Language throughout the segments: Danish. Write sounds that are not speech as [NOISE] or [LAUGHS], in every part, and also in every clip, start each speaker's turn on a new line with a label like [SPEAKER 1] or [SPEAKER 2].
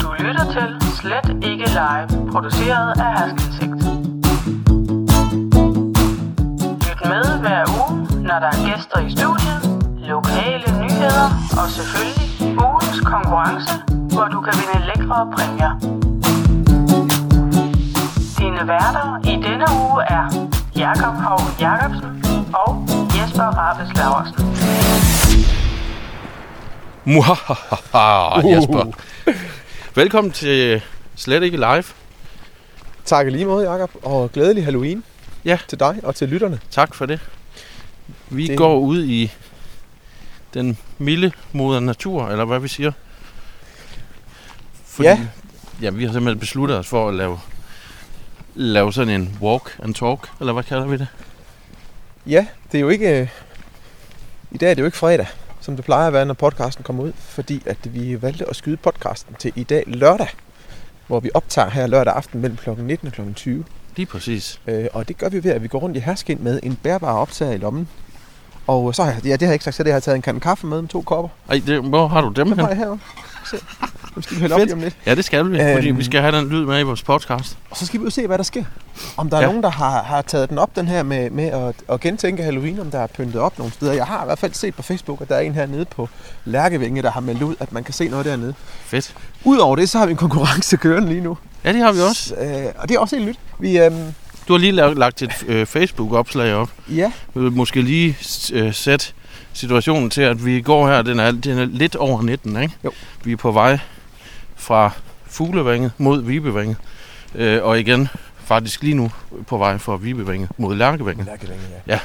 [SPEAKER 1] til Slet ikke live, produceret af Haskelsigt. Lyt med hver uge, når der er gæster i studiet, lokale nyheder og selvfølgelig ugens konkurrence, hvor du kan vinde lækre præmier. Dine værter i denne uge er Jakob Hov Jacobsen og Jesper Rabes Laversen.
[SPEAKER 2] Muhahaha,
[SPEAKER 3] Uh.
[SPEAKER 2] Jesper. Velkommen til Slet ikke live.
[SPEAKER 3] Tak i lige måde, Jacob, og glædelig Halloween
[SPEAKER 2] Ja.
[SPEAKER 3] til dig og til lytterne.
[SPEAKER 2] Tak for det. Vi det...
[SPEAKER 3] Det-
[SPEAKER 2] går ud i den milde moder natur, eller hvad vi siger. Fordi,
[SPEAKER 3] Ja.
[SPEAKER 2] ja, vi har simpelthen besluttet os for at lave, lave sådan en walk and talk, eller hvad kalder vi det?
[SPEAKER 3] Ja, det er jo ikke... øh, I dag er det jo ikke fredag, som det plejer at være, når podcasten kommer ud, fordi at vi valgte at skyde podcasten til i dag lørdag, hvor vi optager her lørdag aften mellem kl. 19 og kl. 20.
[SPEAKER 2] Lige præcis.
[SPEAKER 3] Øh, og det gør vi ved, at vi går rundt i herskind med en bærbar optager i lommen. Og så har jeg, ja, det har jeg ikke sagt, så det har jeg taget en kande kaffe med med to kopper.
[SPEAKER 2] Ej, det, hvor har du dem
[SPEAKER 3] Dem har
[SPEAKER 2] her?
[SPEAKER 3] jeg heroppe. Se. Dem skal vi hælde op
[SPEAKER 2] Fedt.
[SPEAKER 3] lige om lidt.
[SPEAKER 2] Ja, det skal vi, øhm... fordi
[SPEAKER 3] Øhm.
[SPEAKER 2] vi skal have den lyd med i vores podcast.
[SPEAKER 3] Og så skal vi jo se, hvad der sker. Om der er
[SPEAKER 2] Ja.
[SPEAKER 3] ja. nogen, der har, har taget den op, den her med, med at, at gentænke Halloween, om der er pyntet op nogle steder. Jeg har i hvert fald set på Facebook, at der er en hernede på Lærkevinge, der har meldt ud, at man kan se noget dernede.
[SPEAKER 2] Fedt.
[SPEAKER 3] Udover det, så har vi en konkurrence kørende lige nu.
[SPEAKER 2] Ja, det har vi også.
[SPEAKER 3] Øh, og det er også helt nyt. Vi, øhm,
[SPEAKER 2] Du har lige lavet, lagt et øh, Facebook-opslag op.
[SPEAKER 3] ja,
[SPEAKER 2] Vi vil måske lige øh, sætte situationen til, at vi går her, den er, den er lidt over 19, ikke?
[SPEAKER 3] Jo.
[SPEAKER 2] Vi er på vej fra Fuglevanget mod Vibevanget, øh, og igen faktisk lige nu på vej fra Vibevanget mod Lærkevanget.
[SPEAKER 3] Lærkevinge, ja.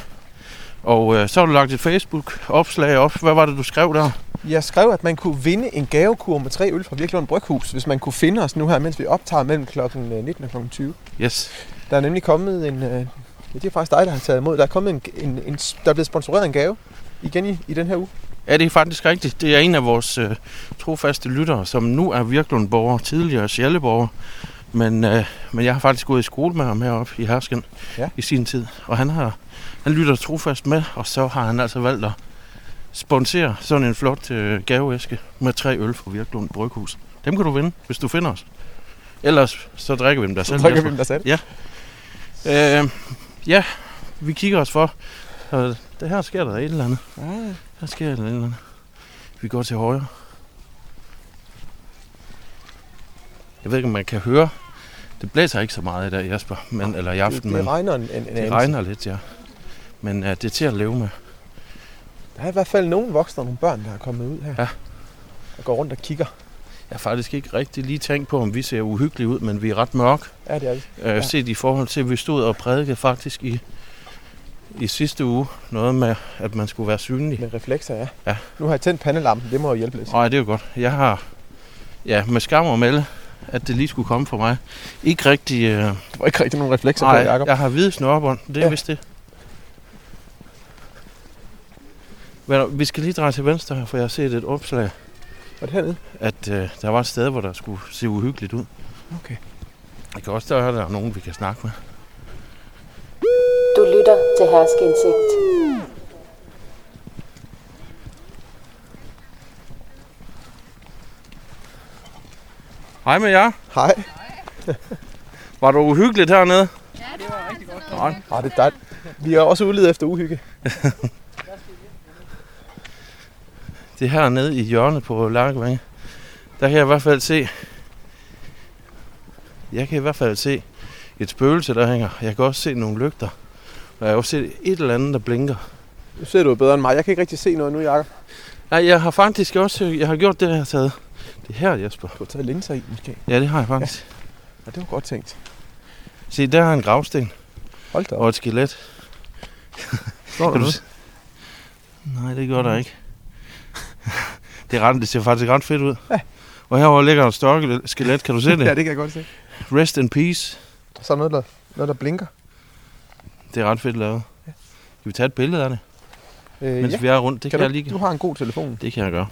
[SPEAKER 2] Og øh, så har du lagt et Facebook-opslag op. Hvad var det, du skrev der?
[SPEAKER 3] Jeg skrev, at man kunne vinde en gavekur med tre øl fra Virkelund Bryghus, hvis man kunne finde os nu her, mens vi optager mellem kl. 19 og kl. 20.
[SPEAKER 2] Yes.
[SPEAKER 3] Der er nemlig kommet en... Øh, ja, det er faktisk dig, der har taget imod. Der er, kommet en, en, en, der er blevet sponsoreret en gave igen i, i den her uge.
[SPEAKER 2] Ja, det er faktisk rigtigt. Det er en af vores øh, trofaste lyttere, som nu er Virklundborger, tidligere Sjælleborger. Men, øh, men jeg har faktisk gået i skole med ham heroppe i Hersken ja.
[SPEAKER 3] Ja.
[SPEAKER 2] i sin tid. Og han, har, han lytter trofast med, og så har han altså valgt at sponsere sådan en flot øh, gaveæske med tre øl fra Virklund Bryghus. Dem kan du vinde, hvis du finder os. Ellers så drikker vi dem der selv.
[SPEAKER 3] Så trykker vi
[SPEAKER 2] Jesper.
[SPEAKER 3] dem der selv.
[SPEAKER 2] Øh, ja, vi kigger os for. Og det her sker der et eller andet.
[SPEAKER 3] Ah,
[SPEAKER 2] Her sker der et eller andet. Vi går til højre. Jeg ved ikke, om man kan høre. Det blæser ikke så meget i dag, Jesper. Men, eller i aften,
[SPEAKER 3] det
[SPEAKER 2] men
[SPEAKER 3] regner en, en, en
[SPEAKER 2] det
[SPEAKER 3] anelse.
[SPEAKER 2] regner lidt, ja. Men uh, det er til at leve med.
[SPEAKER 3] Der er i hvert fald nogle voksne og nogle børn, der er kommet ud her.
[SPEAKER 2] Ja.
[SPEAKER 3] Og går rundt og kigger.
[SPEAKER 2] Jeg har faktisk ikke rigtig lige tænkt på, om vi ser uhyggelige ud, men vi er ret mørke.
[SPEAKER 3] Ja, det er det.
[SPEAKER 2] Øh, ja. Set i forhold til, at vi stod og prædikede faktisk i, i sidste uge noget med, at man skulle være synlig.
[SPEAKER 3] Med reflekser, ja.
[SPEAKER 2] Ja.
[SPEAKER 3] Nu har jeg tændt pandelampen, det må jo hjælpe lidt.
[SPEAKER 2] Nej, det er jo godt. Jeg har ja, med skam og melde, at det lige skulle komme for mig. Ikke rigtig... Øh,
[SPEAKER 3] Der var ikke rigtig nogen reflekser
[SPEAKER 2] nej,
[SPEAKER 3] på, Jacob.
[SPEAKER 2] jeg har hvide snørbånd. Det er ja.
[SPEAKER 3] Ja.
[SPEAKER 2] vist det. Hvad, er der- vi skal lige dreje til venstre her, for jeg har set et opslag,
[SPEAKER 3] Var det hernede?
[SPEAKER 2] at øh, der var et sted, hvor der skulle se uhyggeligt ud.
[SPEAKER 3] Okay.
[SPEAKER 2] Jeg kan også der, at der er nogen, vi kan snakke med.
[SPEAKER 4] Du lytter til Herskeindsigt.
[SPEAKER 2] Hej med jer.
[SPEAKER 3] Hej.
[SPEAKER 2] Var du uhyggeligt hernede?
[SPEAKER 3] Ah, det er dejligt. Vi er også udledet efter uhygge.
[SPEAKER 2] Det er hernede i hjørnet på Lærkevange. Der kan jeg i hvert fald se... Jeg kan i hvert fald se et spøgelse, der hænger. Jeg kan også se nogle lygter. Og jeg har også set et eller andet, der blinker.
[SPEAKER 3] Nu ser du jo bedre end mig. Jeg kan ikke rigtig se noget nu, Jacob.
[SPEAKER 2] Nej, jeg har faktisk også... Jeg har gjort det, jeg har taget. Det er her, Jesper.
[SPEAKER 3] Du har taget linser i, måske.
[SPEAKER 2] Ja, det har jeg faktisk. Ja.
[SPEAKER 3] Ja, det var godt tænkt.
[SPEAKER 2] Se, der er en gravsten
[SPEAKER 3] Hold da
[SPEAKER 2] og
[SPEAKER 3] op.
[SPEAKER 2] et skelet.
[SPEAKER 3] Står
[SPEAKER 2] Kan
[SPEAKER 3] der
[SPEAKER 2] du
[SPEAKER 3] noget?
[SPEAKER 2] se? Nej, det gør der ikke. Mm. [LAUGHS] det, er ret, det ser faktisk ret fedt ud. Ja. Og herovre ligger et større skelet. Kan du [LAUGHS] se det?
[SPEAKER 3] [LAUGHS] Ja, det kan jeg godt se.
[SPEAKER 2] Rest in peace.
[SPEAKER 3] Så er noget, der, noget, der blinker.
[SPEAKER 2] Det er ret fedt lavet. Kan vi tage et billede af det,
[SPEAKER 3] Øh,
[SPEAKER 2] mens
[SPEAKER 3] ja.
[SPEAKER 2] ja. vi er rundt? Det kan, kan jeg
[SPEAKER 3] du,
[SPEAKER 2] lige...
[SPEAKER 3] du har en god telefon.
[SPEAKER 2] Det kan jeg gøre.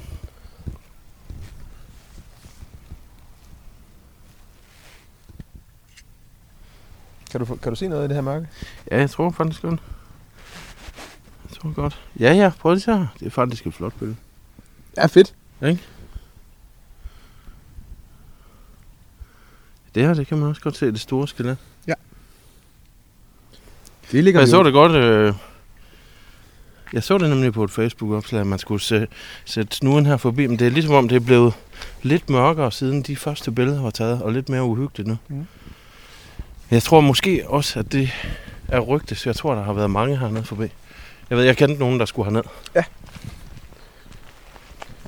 [SPEAKER 3] Kan du, få- kan du se noget i det her mørke?
[SPEAKER 2] Ja, jeg tror faktisk godt. Jeg tror godt. Ja, ja, prøv lige her. Det er faktisk et flot billede.
[SPEAKER 3] Ja, fedt.
[SPEAKER 2] Ikke? Det her, det kan man også godt se, det store skelet.
[SPEAKER 3] Det ligger
[SPEAKER 2] Jeg
[SPEAKER 3] vi
[SPEAKER 2] så
[SPEAKER 3] jo-
[SPEAKER 2] det godt... Øh, jeg så det nemlig på et Facebook-opslag, at man skulle sæ- sætte snuden her forbi. Men det er ligesom om, det er blevet lidt mørkere, siden de første billeder var taget, og lidt mere uhyggeligt nu.
[SPEAKER 3] Mm.
[SPEAKER 2] Mm. Jeg tror måske også, at det er rygtes. Jeg tror, der har været mange hernede forbi. Jeg ved, jeg kendte nogen, der skulle herned.
[SPEAKER 3] Ja.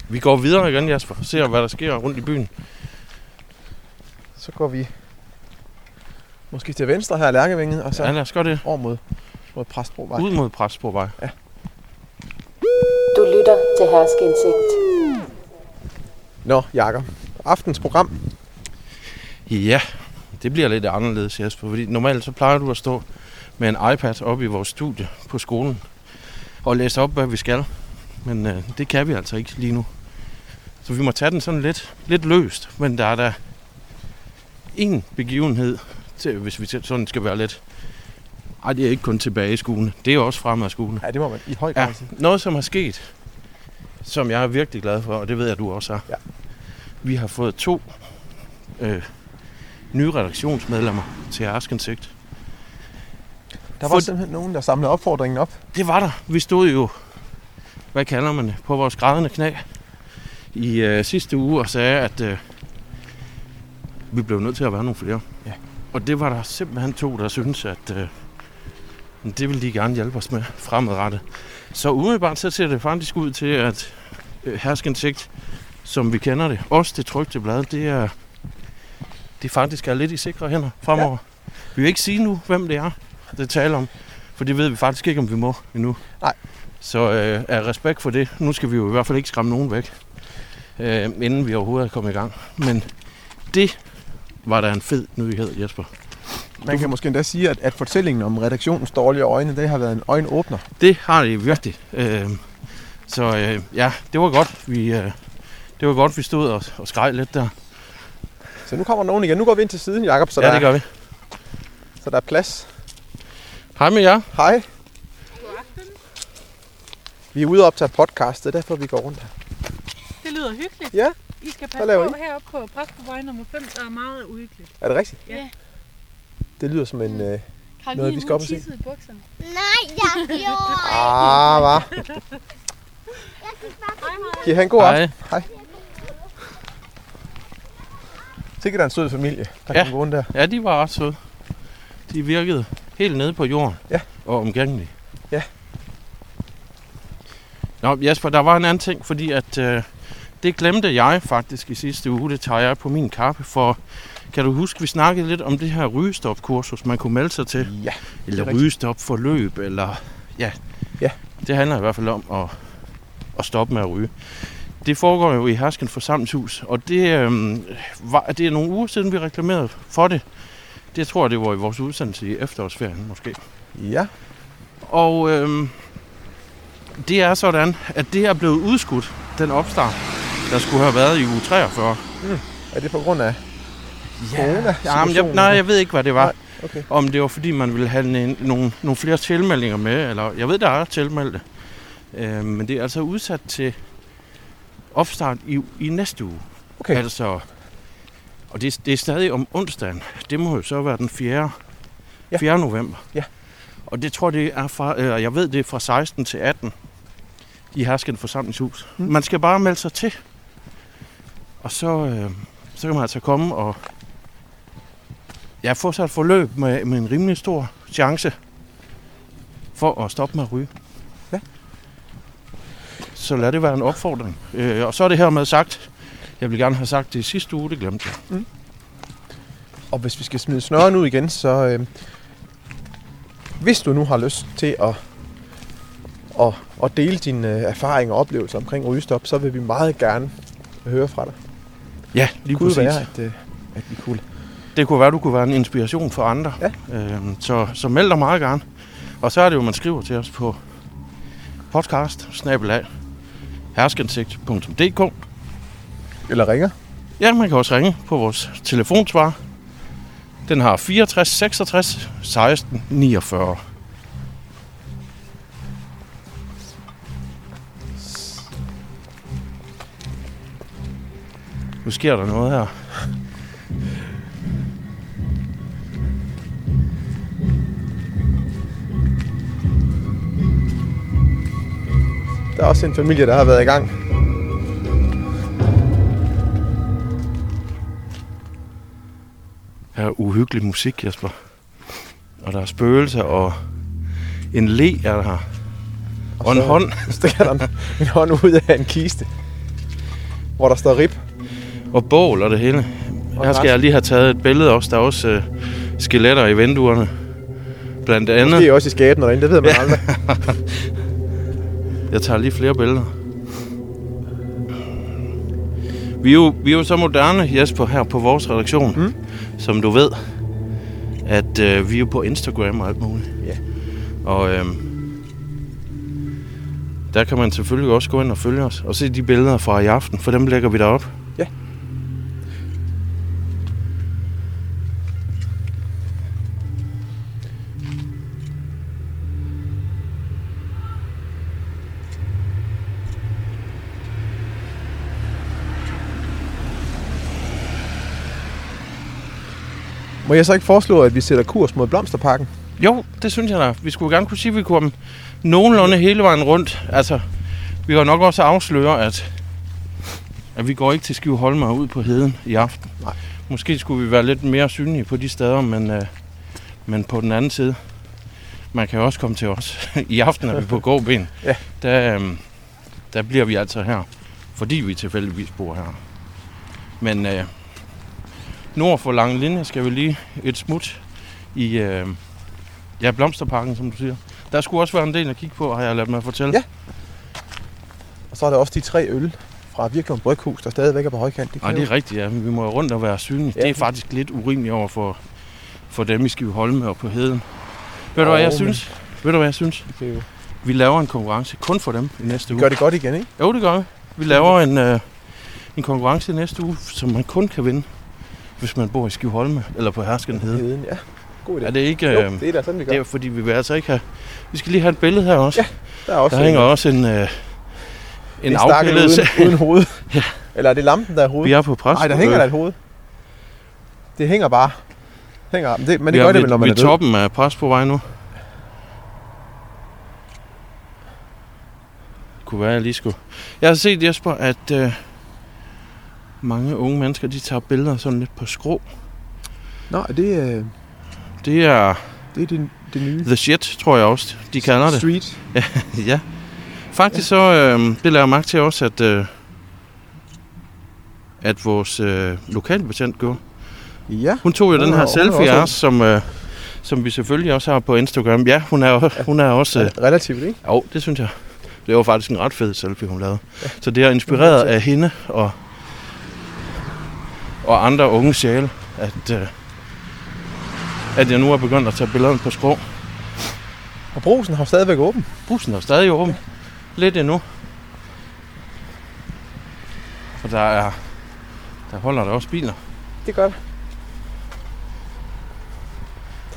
[SPEAKER 2] Vi går videre igen, Jasper. Ser, hvad der sker rundt i byen.
[SPEAKER 3] Så går vi måske til venstre her af Lærkevinget, og så
[SPEAKER 2] Så. Ja, lad os gøre det.
[SPEAKER 3] over mod, mod Præstbrovej.
[SPEAKER 2] Ud mod Præstborgvej.
[SPEAKER 4] Du lytter til Herskindsigt.
[SPEAKER 3] Nå, Jakob. Aftens program.
[SPEAKER 2] Ja, det bliver lidt anderledes, Jesper, fordi normalt så plejer du at stå med en iPad oppe i vores studie på skolen og læse op, hvad vi skal. Men øh, det kan vi altså ikke lige nu. Så vi må tage den sådan lidt, lidt løst, men der er da en begivenhed, til, hvis vi sådan skal være lidt... Ej, det er ikke kun tilbage i skolen, det er også fremad i skolen.
[SPEAKER 3] Ja, det må man i høj grad
[SPEAKER 2] Ja,
[SPEAKER 3] ja. sige.
[SPEAKER 2] noget som er sket, som jeg er virkelig glad for, og det ved jeg, du også er.
[SPEAKER 3] Ja.
[SPEAKER 2] Vi har fået to øh, nye redaktionsmedlemmer til Askensigt.
[SPEAKER 3] Der var
[SPEAKER 2] For-
[SPEAKER 3] simpelthen nogen, der samlede opfordringen op.
[SPEAKER 2] Det var der. Vi stod jo, hvad kalder man det, på vores grædende knæ i øh, sidste uge og sagde, at øh, vi blev nødt til at være nogle flere.
[SPEAKER 3] Ja.
[SPEAKER 2] Og det var der simpelthen to, der syntes, at øh, det ville de gerne hjælpe os med fremadrettet. Så umiddelbart så ser det faktisk ud til, at øh, herskensigt, som vi kender det, også det trygte blad, det er, det faktisk er lidt i sikre hænder fremover. Ja. Vi vil ikke sige nu, hvem det er, det taler om, for det ved vi faktisk ikke, om vi må endnu.
[SPEAKER 3] Nej.
[SPEAKER 2] Så øh, af respekt for det, nu skal vi jo i hvert fald ikke skræmme nogen væk, øh, inden vi overhovedet er kommet i gang. Men det var da en fed nyhed, Jesper.
[SPEAKER 3] Man kan måske endda sige, at, at fortællingen om redaktionens dårlige øjne, det har været en øjenåbner.
[SPEAKER 2] Det har det virkelig. Øh, så øh, ja, det var godt. Vi, øh, det var godt, vi stod og, og skreg lidt der.
[SPEAKER 3] Så nu kommer nogen igen. Nu går vi ind til siden, Jakob, så,
[SPEAKER 2] ja,
[SPEAKER 3] der,
[SPEAKER 2] det gør vi.
[SPEAKER 3] så der er plads.
[SPEAKER 2] Hej med jer.
[SPEAKER 3] Hej. Vi er ude og optage podcast, det er derfor, vi går rundt her.
[SPEAKER 5] Det lyder hyggeligt.
[SPEAKER 3] Ja,
[SPEAKER 5] I skal
[SPEAKER 3] Hvad
[SPEAKER 5] passe
[SPEAKER 3] laver
[SPEAKER 5] på heroppe på Præstbevej nummer 5, der er meget uhyggeligt.
[SPEAKER 3] Er det rigtigt?
[SPEAKER 5] Ja.
[SPEAKER 3] Det lyder som en... Øh...
[SPEAKER 5] Karoline,
[SPEAKER 3] Noget, vi skal op og se.
[SPEAKER 5] hun tissede i bukserne.
[SPEAKER 6] Nej, jeg gjorde
[SPEAKER 3] Ah, hva? Giv han god aften.
[SPEAKER 2] Hej.
[SPEAKER 3] Sikkert er en sød familie, der
[SPEAKER 2] Ja.
[SPEAKER 3] kan gå rundt der.
[SPEAKER 2] Ja, de var ret søde. De virkede helt nede på jorden
[SPEAKER 3] Ja.
[SPEAKER 2] og omgængelige.
[SPEAKER 3] Ja.
[SPEAKER 2] Nå, Jesper, der var en anden ting, fordi at øh, det glemte jeg faktisk i sidste uge. Det tager jeg på min kappe, for kan du huske, vi snakkede lidt om det her rygestopkursus, man kunne melde sig til?
[SPEAKER 3] Ja, Det er
[SPEAKER 2] Eller
[SPEAKER 3] rigtigt.
[SPEAKER 2] rygestop for løb, eller ja.
[SPEAKER 3] Ja.
[SPEAKER 2] Det handler i hvert fald om at, at stoppe med at ryge. Det foregår jo i Hersken Forsamlingshus, og det, øhm, var, det er nogle uger siden, vi reklamerede for det. Det tror jeg, det var i vores udsendelse i efterårsferien måske.
[SPEAKER 3] ja.
[SPEAKER 2] Og øhm, det er sådan, at det er blevet udskudt, den opstart, der skulle have været i uge 43.
[SPEAKER 3] Er det på grund af corona?
[SPEAKER 2] Jamen, jeg, nej, jeg ved ikke, hvad det var.
[SPEAKER 3] Nej, okay.
[SPEAKER 2] Om det var, fordi man ville have en, nogle, nogle flere tilmeldinger med, eller jeg ved, der er tilmeldte. Øh, men det er altså udsat til opstart i, i næste uge.
[SPEAKER 3] Okay.
[SPEAKER 2] Altså, og det, det er stadig om onsdagen. Det må jo så være den 4.
[SPEAKER 3] Ja.
[SPEAKER 2] Ja. 4. november.
[SPEAKER 3] Ja.
[SPEAKER 2] Og det tror jeg, det er fra, eller jeg ved, det er fra 16 til 18 i Hersken Forsamlingshus.
[SPEAKER 3] Mm.
[SPEAKER 2] Mm. Man skal bare melde sig til. Og så, øh, så kan man altså komme og ja, få sig et forløb med, med en rimelig stor chance for at stoppe med at ryge.
[SPEAKER 3] Ja.
[SPEAKER 2] Så lad det være en opfordring. Øh, og så er det hermed sagt, jeg ville gerne have sagt det i sidste uge, det glemte jeg.
[SPEAKER 3] Og hvis vi skal smide snøren ud igen, så øh, hvis du nu har lyst til at, at, at dele dine øh, erfaringer og oplevelser omkring rygestop, så vil vi meget gerne høre fra dig.
[SPEAKER 2] Ja, lige
[SPEAKER 3] Det kunne
[SPEAKER 2] præcis.
[SPEAKER 3] være, at, øh, at vi kunne.
[SPEAKER 2] Det kunne være, du kunne være en inspiration for andre.
[SPEAKER 3] Ja.
[SPEAKER 2] Øhm, så, så meld dig meget gerne. Og så er det jo, man skriver til os på podcast herskensigt.dk
[SPEAKER 3] Eller ringer.
[SPEAKER 2] Ja, man kan også ringe på vores telefonsvar. Den har 64 66 16 49. Nu sker der noget her.
[SPEAKER 3] Der er også en familie, der har været i gang.
[SPEAKER 2] Her er uhyggelig musik, Jesper. Og der er spøgelser, og en le er der. Og en
[SPEAKER 3] så-
[SPEAKER 2] hånd.
[SPEAKER 3] Så [LAUGHS] stikker der en, en hånd ud af en kiste, hvor der står rib.
[SPEAKER 2] og bål og det hele.
[SPEAKER 3] Og
[SPEAKER 2] Her skal
[SPEAKER 3] græs.
[SPEAKER 2] jeg lige have taget et billede også. Der er også øh, skeletter i vinduerne. Blandt andet.
[SPEAKER 3] Det er også i skabene derinde, det ved man aldrig.
[SPEAKER 2] Jeg tager lige flere billeder. Vi er jo, vi er jo så moderne, Jesper, her på vores redaktion, mm. som du ved, at øh, vi er jo på Instagram og alt muligt.
[SPEAKER 3] Ja.
[SPEAKER 2] Og øh, der kan man selvfølgelig også gå ind og følge os og se de billeder fra i aften, for dem lægger vi derop.
[SPEAKER 3] Ja. Må jeg så ikke foreslå, at vi sætter kurs mod Blomsterparken?
[SPEAKER 2] Jo, det synes jeg da. Vi skulle gerne kunne sige, at vi kom nogenlunde hele vejen rundt. Altså, vi kan nok også afsløre, at, at vi går ikke til Skive Holme og ud på heden i aften.
[SPEAKER 3] Nej.
[SPEAKER 2] Måske skulle vi være lidt mere synlige på de steder, men, øh, men på den anden side, man kan jo også komme til os. [LAUGHS] I aften er vi på gåben.
[SPEAKER 3] [LAUGHS] Ja.
[SPEAKER 2] Der, øh, der bliver vi altså her, fordi vi tilfældigvis bor her. Men øh, nord for Lange Linje skal vi lige et smut i... Øh, Ja, Blomsterparken, som du siger. Der skulle også være en del at kigge på, har jeg ladt mig fortælle.
[SPEAKER 3] Ja. Og så er der også de tre øl fra Virklund Bryghus, der stadigvæk er på højkant. De
[SPEAKER 2] Nej, det
[SPEAKER 3] kræver-
[SPEAKER 2] er rigtigt, ja. Vi må jo rundt og være synlige. Ja.
[SPEAKER 3] Ja.
[SPEAKER 2] Det er faktisk lidt urimeligt over for, for dem i Skive Holme og på Heden. Ved du,
[SPEAKER 3] Jo,
[SPEAKER 2] hvad jeg
[SPEAKER 3] men-
[SPEAKER 2] synes? Ved du, hvad jeg synes?
[SPEAKER 3] de kan jo-
[SPEAKER 2] Vi laver en konkurrence kun for dem i næste
[SPEAKER 3] Vi
[SPEAKER 2] uge.
[SPEAKER 3] gør det godt igen, ikke?
[SPEAKER 2] Jo, det gør vi. Vi laver en, øh, en konkurrence i næste uge, som man kun kan vinde, hvis man bor i Skive Holme eller på Hersken Heden.
[SPEAKER 3] Heden, ja. God idé.
[SPEAKER 2] Er Mm. det ikke...
[SPEAKER 3] jo,
[SPEAKER 2] Øh,
[SPEAKER 3] det er da sådan, vi gør.
[SPEAKER 2] det er fordi, vi vil altså ikke have... Vi skal lige have et billede her også.
[SPEAKER 3] Ja, der er også
[SPEAKER 2] Der hænger også en... Øh, en,
[SPEAKER 3] en,
[SPEAKER 2] en
[SPEAKER 3] en stakkel
[SPEAKER 2] afbildet
[SPEAKER 3] uden, uden
[SPEAKER 2] [LAUGHS]
[SPEAKER 3] hoved. Eller er det lampen, der er hovedet?
[SPEAKER 2] Vi øh, er på pres.
[SPEAKER 3] Nej, der hænger der et hoved. Det hænger bare. Hænger, men det, men det
[SPEAKER 2] Vi
[SPEAKER 3] gør
[SPEAKER 2] er
[SPEAKER 3] det,
[SPEAKER 2] ved-
[SPEAKER 3] vel, når man
[SPEAKER 2] ved
[SPEAKER 3] er død.
[SPEAKER 2] toppen af pres på vej nu. Det kunne være, jeg lige skulle... Jeg har set, Jesper, at øh, mange unge mennesker, de tager billeder sådan lidt på skrå.
[SPEAKER 3] Nå, er det, øh,
[SPEAKER 2] Det er
[SPEAKER 3] det er det, det nye.
[SPEAKER 2] the shit, tror jeg også, de kalder det.
[SPEAKER 3] Street.
[SPEAKER 2] ja. Faktisk så, øh, det lader jeg mærke til også, at, øh, at vores øh, lokalbetjent gjorde.
[SPEAKER 3] Ja.
[SPEAKER 2] Hun tog jo
[SPEAKER 3] Hun
[SPEAKER 2] den
[SPEAKER 3] er-
[SPEAKER 2] her
[SPEAKER 3] hun er
[SPEAKER 2] selfie
[SPEAKER 3] også
[SPEAKER 2] af
[SPEAKER 3] ung.
[SPEAKER 2] os, som, øh, som vi selvfølgelig også har på Instagram. Ja, hun er, [LAUGHS] jo- hun er også... Øh,
[SPEAKER 3] Relativt, ikke?
[SPEAKER 2] jo, det synes jeg. Det var faktisk en ret fed selfie, hun lavede. Så det er inspireret af hende og, og andre unge sjæle, at, øh, at jeg nu er begyndt at tage billederne på skrå.
[SPEAKER 3] Og brusen har stadigvæk åben.
[SPEAKER 2] Bussen er stadig åben. Lidt endnu. Og der er... Der holder der også biler.
[SPEAKER 3] Det gør det.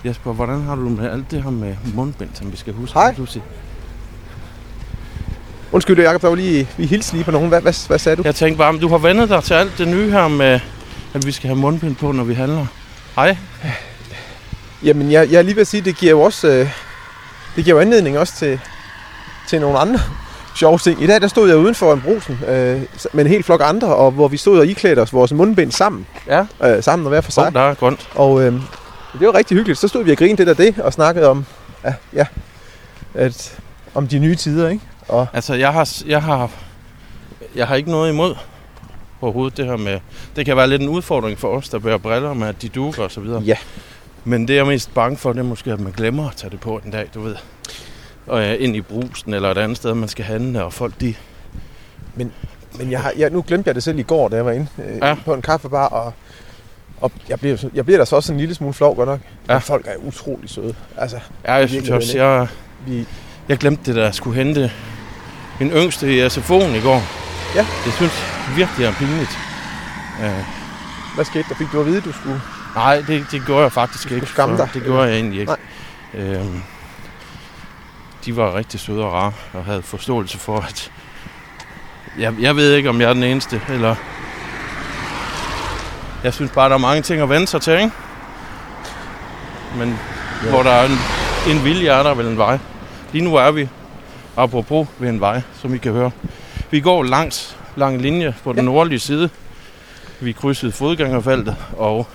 [SPEAKER 2] Jesper, hvordan har du det med alt det her med mundbind, som vi skal huske?
[SPEAKER 3] Hej.
[SPEAKER 2] Du siger?
[SPEAKER 3] Undskyld, Jacob, der var lige, vi hilste lige på nogen. Hvad, hvad, hvad sagde du?
[SPEAKER 2] Jeg tænkte bare, om du har vendet dig til alt det nye her med, at vi skal have mundbind på, når vi handler. Hej.
[SPEAKER 3] Jamen, jeg, jeg er lige ved at sige, det giver jo også... Øh, det giver jo anledning også til, til nogle andre [LAUGHS] sjove ting. I dag, der stod jeg uden for en brusen øh, med en hel flok andre, og hvor vi stod og iklædte os vores mundbind sammen.
[SPEAKER 2] Ja.
[SPEAKER 3] Øh, sammen og hver for sig.
[SPEAKER 2] Så der er grønt.
[SPEAKER 3] Og øh, det var rigtig hyggeligt. Så stod vi og grinede lidt af det, og snakkede om, ja, ja at, om de nye tider, ikke?
[SPEAKER 2] Altså, jeg har, jeg har, jeg har ikke noget imod overhovedet det her med... Det kan være lidt en udfordring for os, der bærer briller med, at de duker og så videre.
[SPEAKER 3] Ja.
[SPEAKER 2] Men det, jeg er mest bange for, det er måske, at man glemmer at tage det på en dag, du ved. Og øh, ind i brusen eller et andet sted, man skal handle, og folk de...
[SPEAKER 3] Men jeg har, jeg, nu glemte jeg det selv i går, da jeg var inde øh,
[SPEAKER 2] Ja.
[SPEAKER 3] ja. på en kaffebar, og, og jeg, blev, så- jeg blev da så også en lille smule flov, godt nok.
[SPEAKER 2] Ja.
[SPEAKER 3] Ja. Men folk er utrolig søde. Altså,
[SPEAKER 2] Ja, jeg synes også,
[SPEAKER 3] Virkeligheden,
[SPEAKER 2] jeg,
[SPEAKER 3] vi,
[SPEAKER 2] jeg glemte det, da jeg skulle hente min yngste i SFO'en i går.
[SPEAKER 3] Ja.
[SPEAKER 2] Jeg synes virkelig, jeg er pinligt. Øh,
[SPEAKER 3] hvad skete der? Fik du at vide, du skulle?
[SPEAKER 2] Nej, det, det gjorde jeg faktisk ikke.
[SPEAKER 3] skamme
[SPEAKER 2] for
[SPEAKER 3] dig,
[SPEAKER 2] Det gjorde jeg egentlig ikke. Øhm, de var rigtig søde og rare, og havde forståelse for, at... Jeg, jeg ved ikke, om jeg er den eneste, eller... Jeg synes bare, der er mange ting at vende sig til, ikke? Men ja. hvor der er en, en vilje, er der vel en vej. Lige nu er vi apropos ved en vej, som I kan høre. Vi går langs lang linje på den ja. nordlige side. Vi krydsede fodgængerfeltet og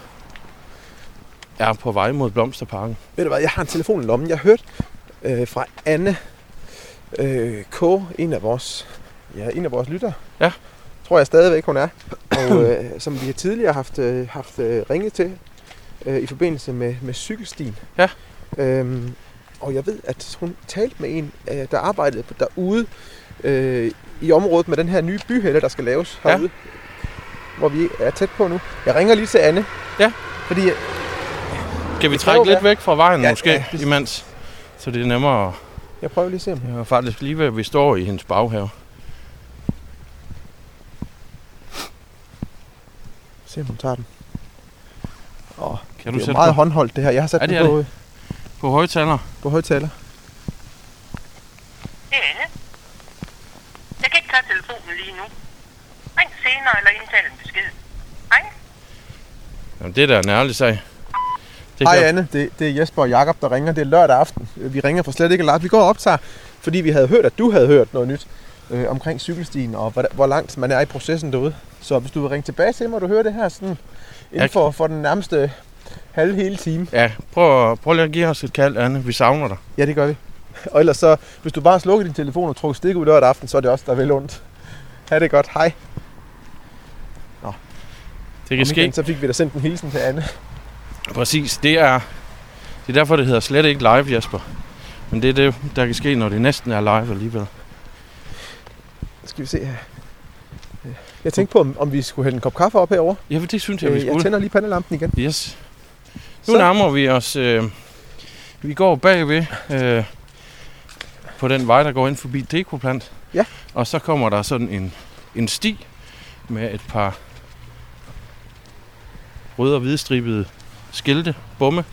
[SPEAKER 2] er på vej mod Blomsterparken.
[SPEAKER 3] Ved du hvad, jeg har en telefon i lommen. Jeg hørte øh, fra Anne øh, K., en af vores, ja, en af vores lytter.
[SPEAKER 2] Ja.
[SPEAKER 3] Tror jeg
[SPEAKER 2] [CLEARS THROAT]
[SPEAKER 3] stadigvæk, hun er. Og øh, som vi har tidligere haft, øh, haft øh, ringet til øh, i forbindelse med, med cykelstien.
[SPEAKER 2] Ja.
[SPEAKER 3] Øhm, og jeg ved, at hun talte med en, øh, der arbejdede på- derude øh, i området med den her nye byhælde, der skal laves
[SPEAKER 2] Ja.
[SPEAKER 3] herude. Hvor vi er tæt på nu. Jeg ringer lige til Anne.
[SPEAKER 2] Ja.
[SPEAKER 3] Fordi
[SPEAKER 2] Kan vi
[SPEAKER 3] Det kan jo
[SPEAKER 2] trække lidt
[SPEAKER 3] være.
[SPEAKER 2] væk fra vejen
[SPEAKER 3] Ja,
[SPEAKER 2] ja, måske
[SPEAKER 3] ja,
[SPEAKER 2] ja,
[SPEAKER 3] det-
[SPEAKER 2] imens? Så det er nemmere. at-
[SPEAKER 3] jeg prøver lige at se, om
[SPEAKER 2] Jeg er faktisk lige ved, at vi står i hendes baghave.
[SPEAKER 3] Se om hun tager den. Åh,
[SPEAKER 2] Kan du
[SPEAKER 3] det er jo
[SPEAKER 2] sætte
[SPEAKER 3] meget
[SPEAKER 2] den
[SPEAKER 3] håndholdt det her. Jeg har sat
[SPEAKER 2] Ja,
[SPEAKER 3] den
[SPEAKER 2] det er
[SPEAKER 3] på,
[SPEAKER 2] på højtaler?
[SPEAKER 3] på højtaler.
[SPEAKER 7] Det er Anne. Jeg kan ikke tage telefonen lige nu. Ring senere eller indtale en besked. Hej.
[SPEAKER 2] Jamen, det er da en ærlig sag. Det
[SPEAKER 3] Hej
[SPEAKER 2] kan-
[SPEAKER 3] Anne, det, det er Jesper og Jakob der ringer. Det er lørdag aften. Vi ringer for slet ikke Lars. Vi går og optager, fordi vi havde hørt, at du havde hørt noget nyt øh, omkring cykelstien og hvor, hvor langt man er i processen derude. Så hvis du vil ringe tilbage til mig, og du hører det her sådan inden
[SPEAKER 2] Jeg-
[SPEAKER 3] for, for den nærmeste halve hele time.
[SPEAKER 2] Ja, prøv, at- prøv lige at give os et kald, Anne. Vi savner dig.
[SPEAKER 3] Ja, det gør vi. Og ellers så, hvis du bare slukker din telefon og trykker stik ud lørdag aften, så er det også der er vel ondt. Ha' det godt. Hej.
[SPEAKER 2] Det kan
[SPEAKER 3] Om
[SPEAKER 2] ske.
[SPEAKER 3] igen, Så fik vi da sendt en hilsen til Anne.
[SPEAKER 2] Præcis. Det er, det er derfor, det hedder slet ikke live, Jesper. Men det er det, der kan ske, når det næsten er live alligevel.
[SPEAKER 3] Skal vi se her. Jeg tænkte på, om, om vi skulle hælde en kop kaffe op herover.
[SPEAKER 2] Ja, for det synes Øh, jeg, vi
[SPEAKER 3] Øh, Jeg, jeg
[SPEAKER 2] skulle.
[SPEAKER 3] tænder lige pandelampen igen.
[SPEAKER 2] Yes. Nu
[SPEAKER 3] Så.
[SPEAKER 2] nærmer vi os. Øh, vi går bagved øh, på den vej, der går ind forbi Dekoplant.
[SPEAKER 3] Ja.
[SPEAKER 2] Og så kommer der sådan en, en sti med et par røde og hvidstribede skilte, bomme,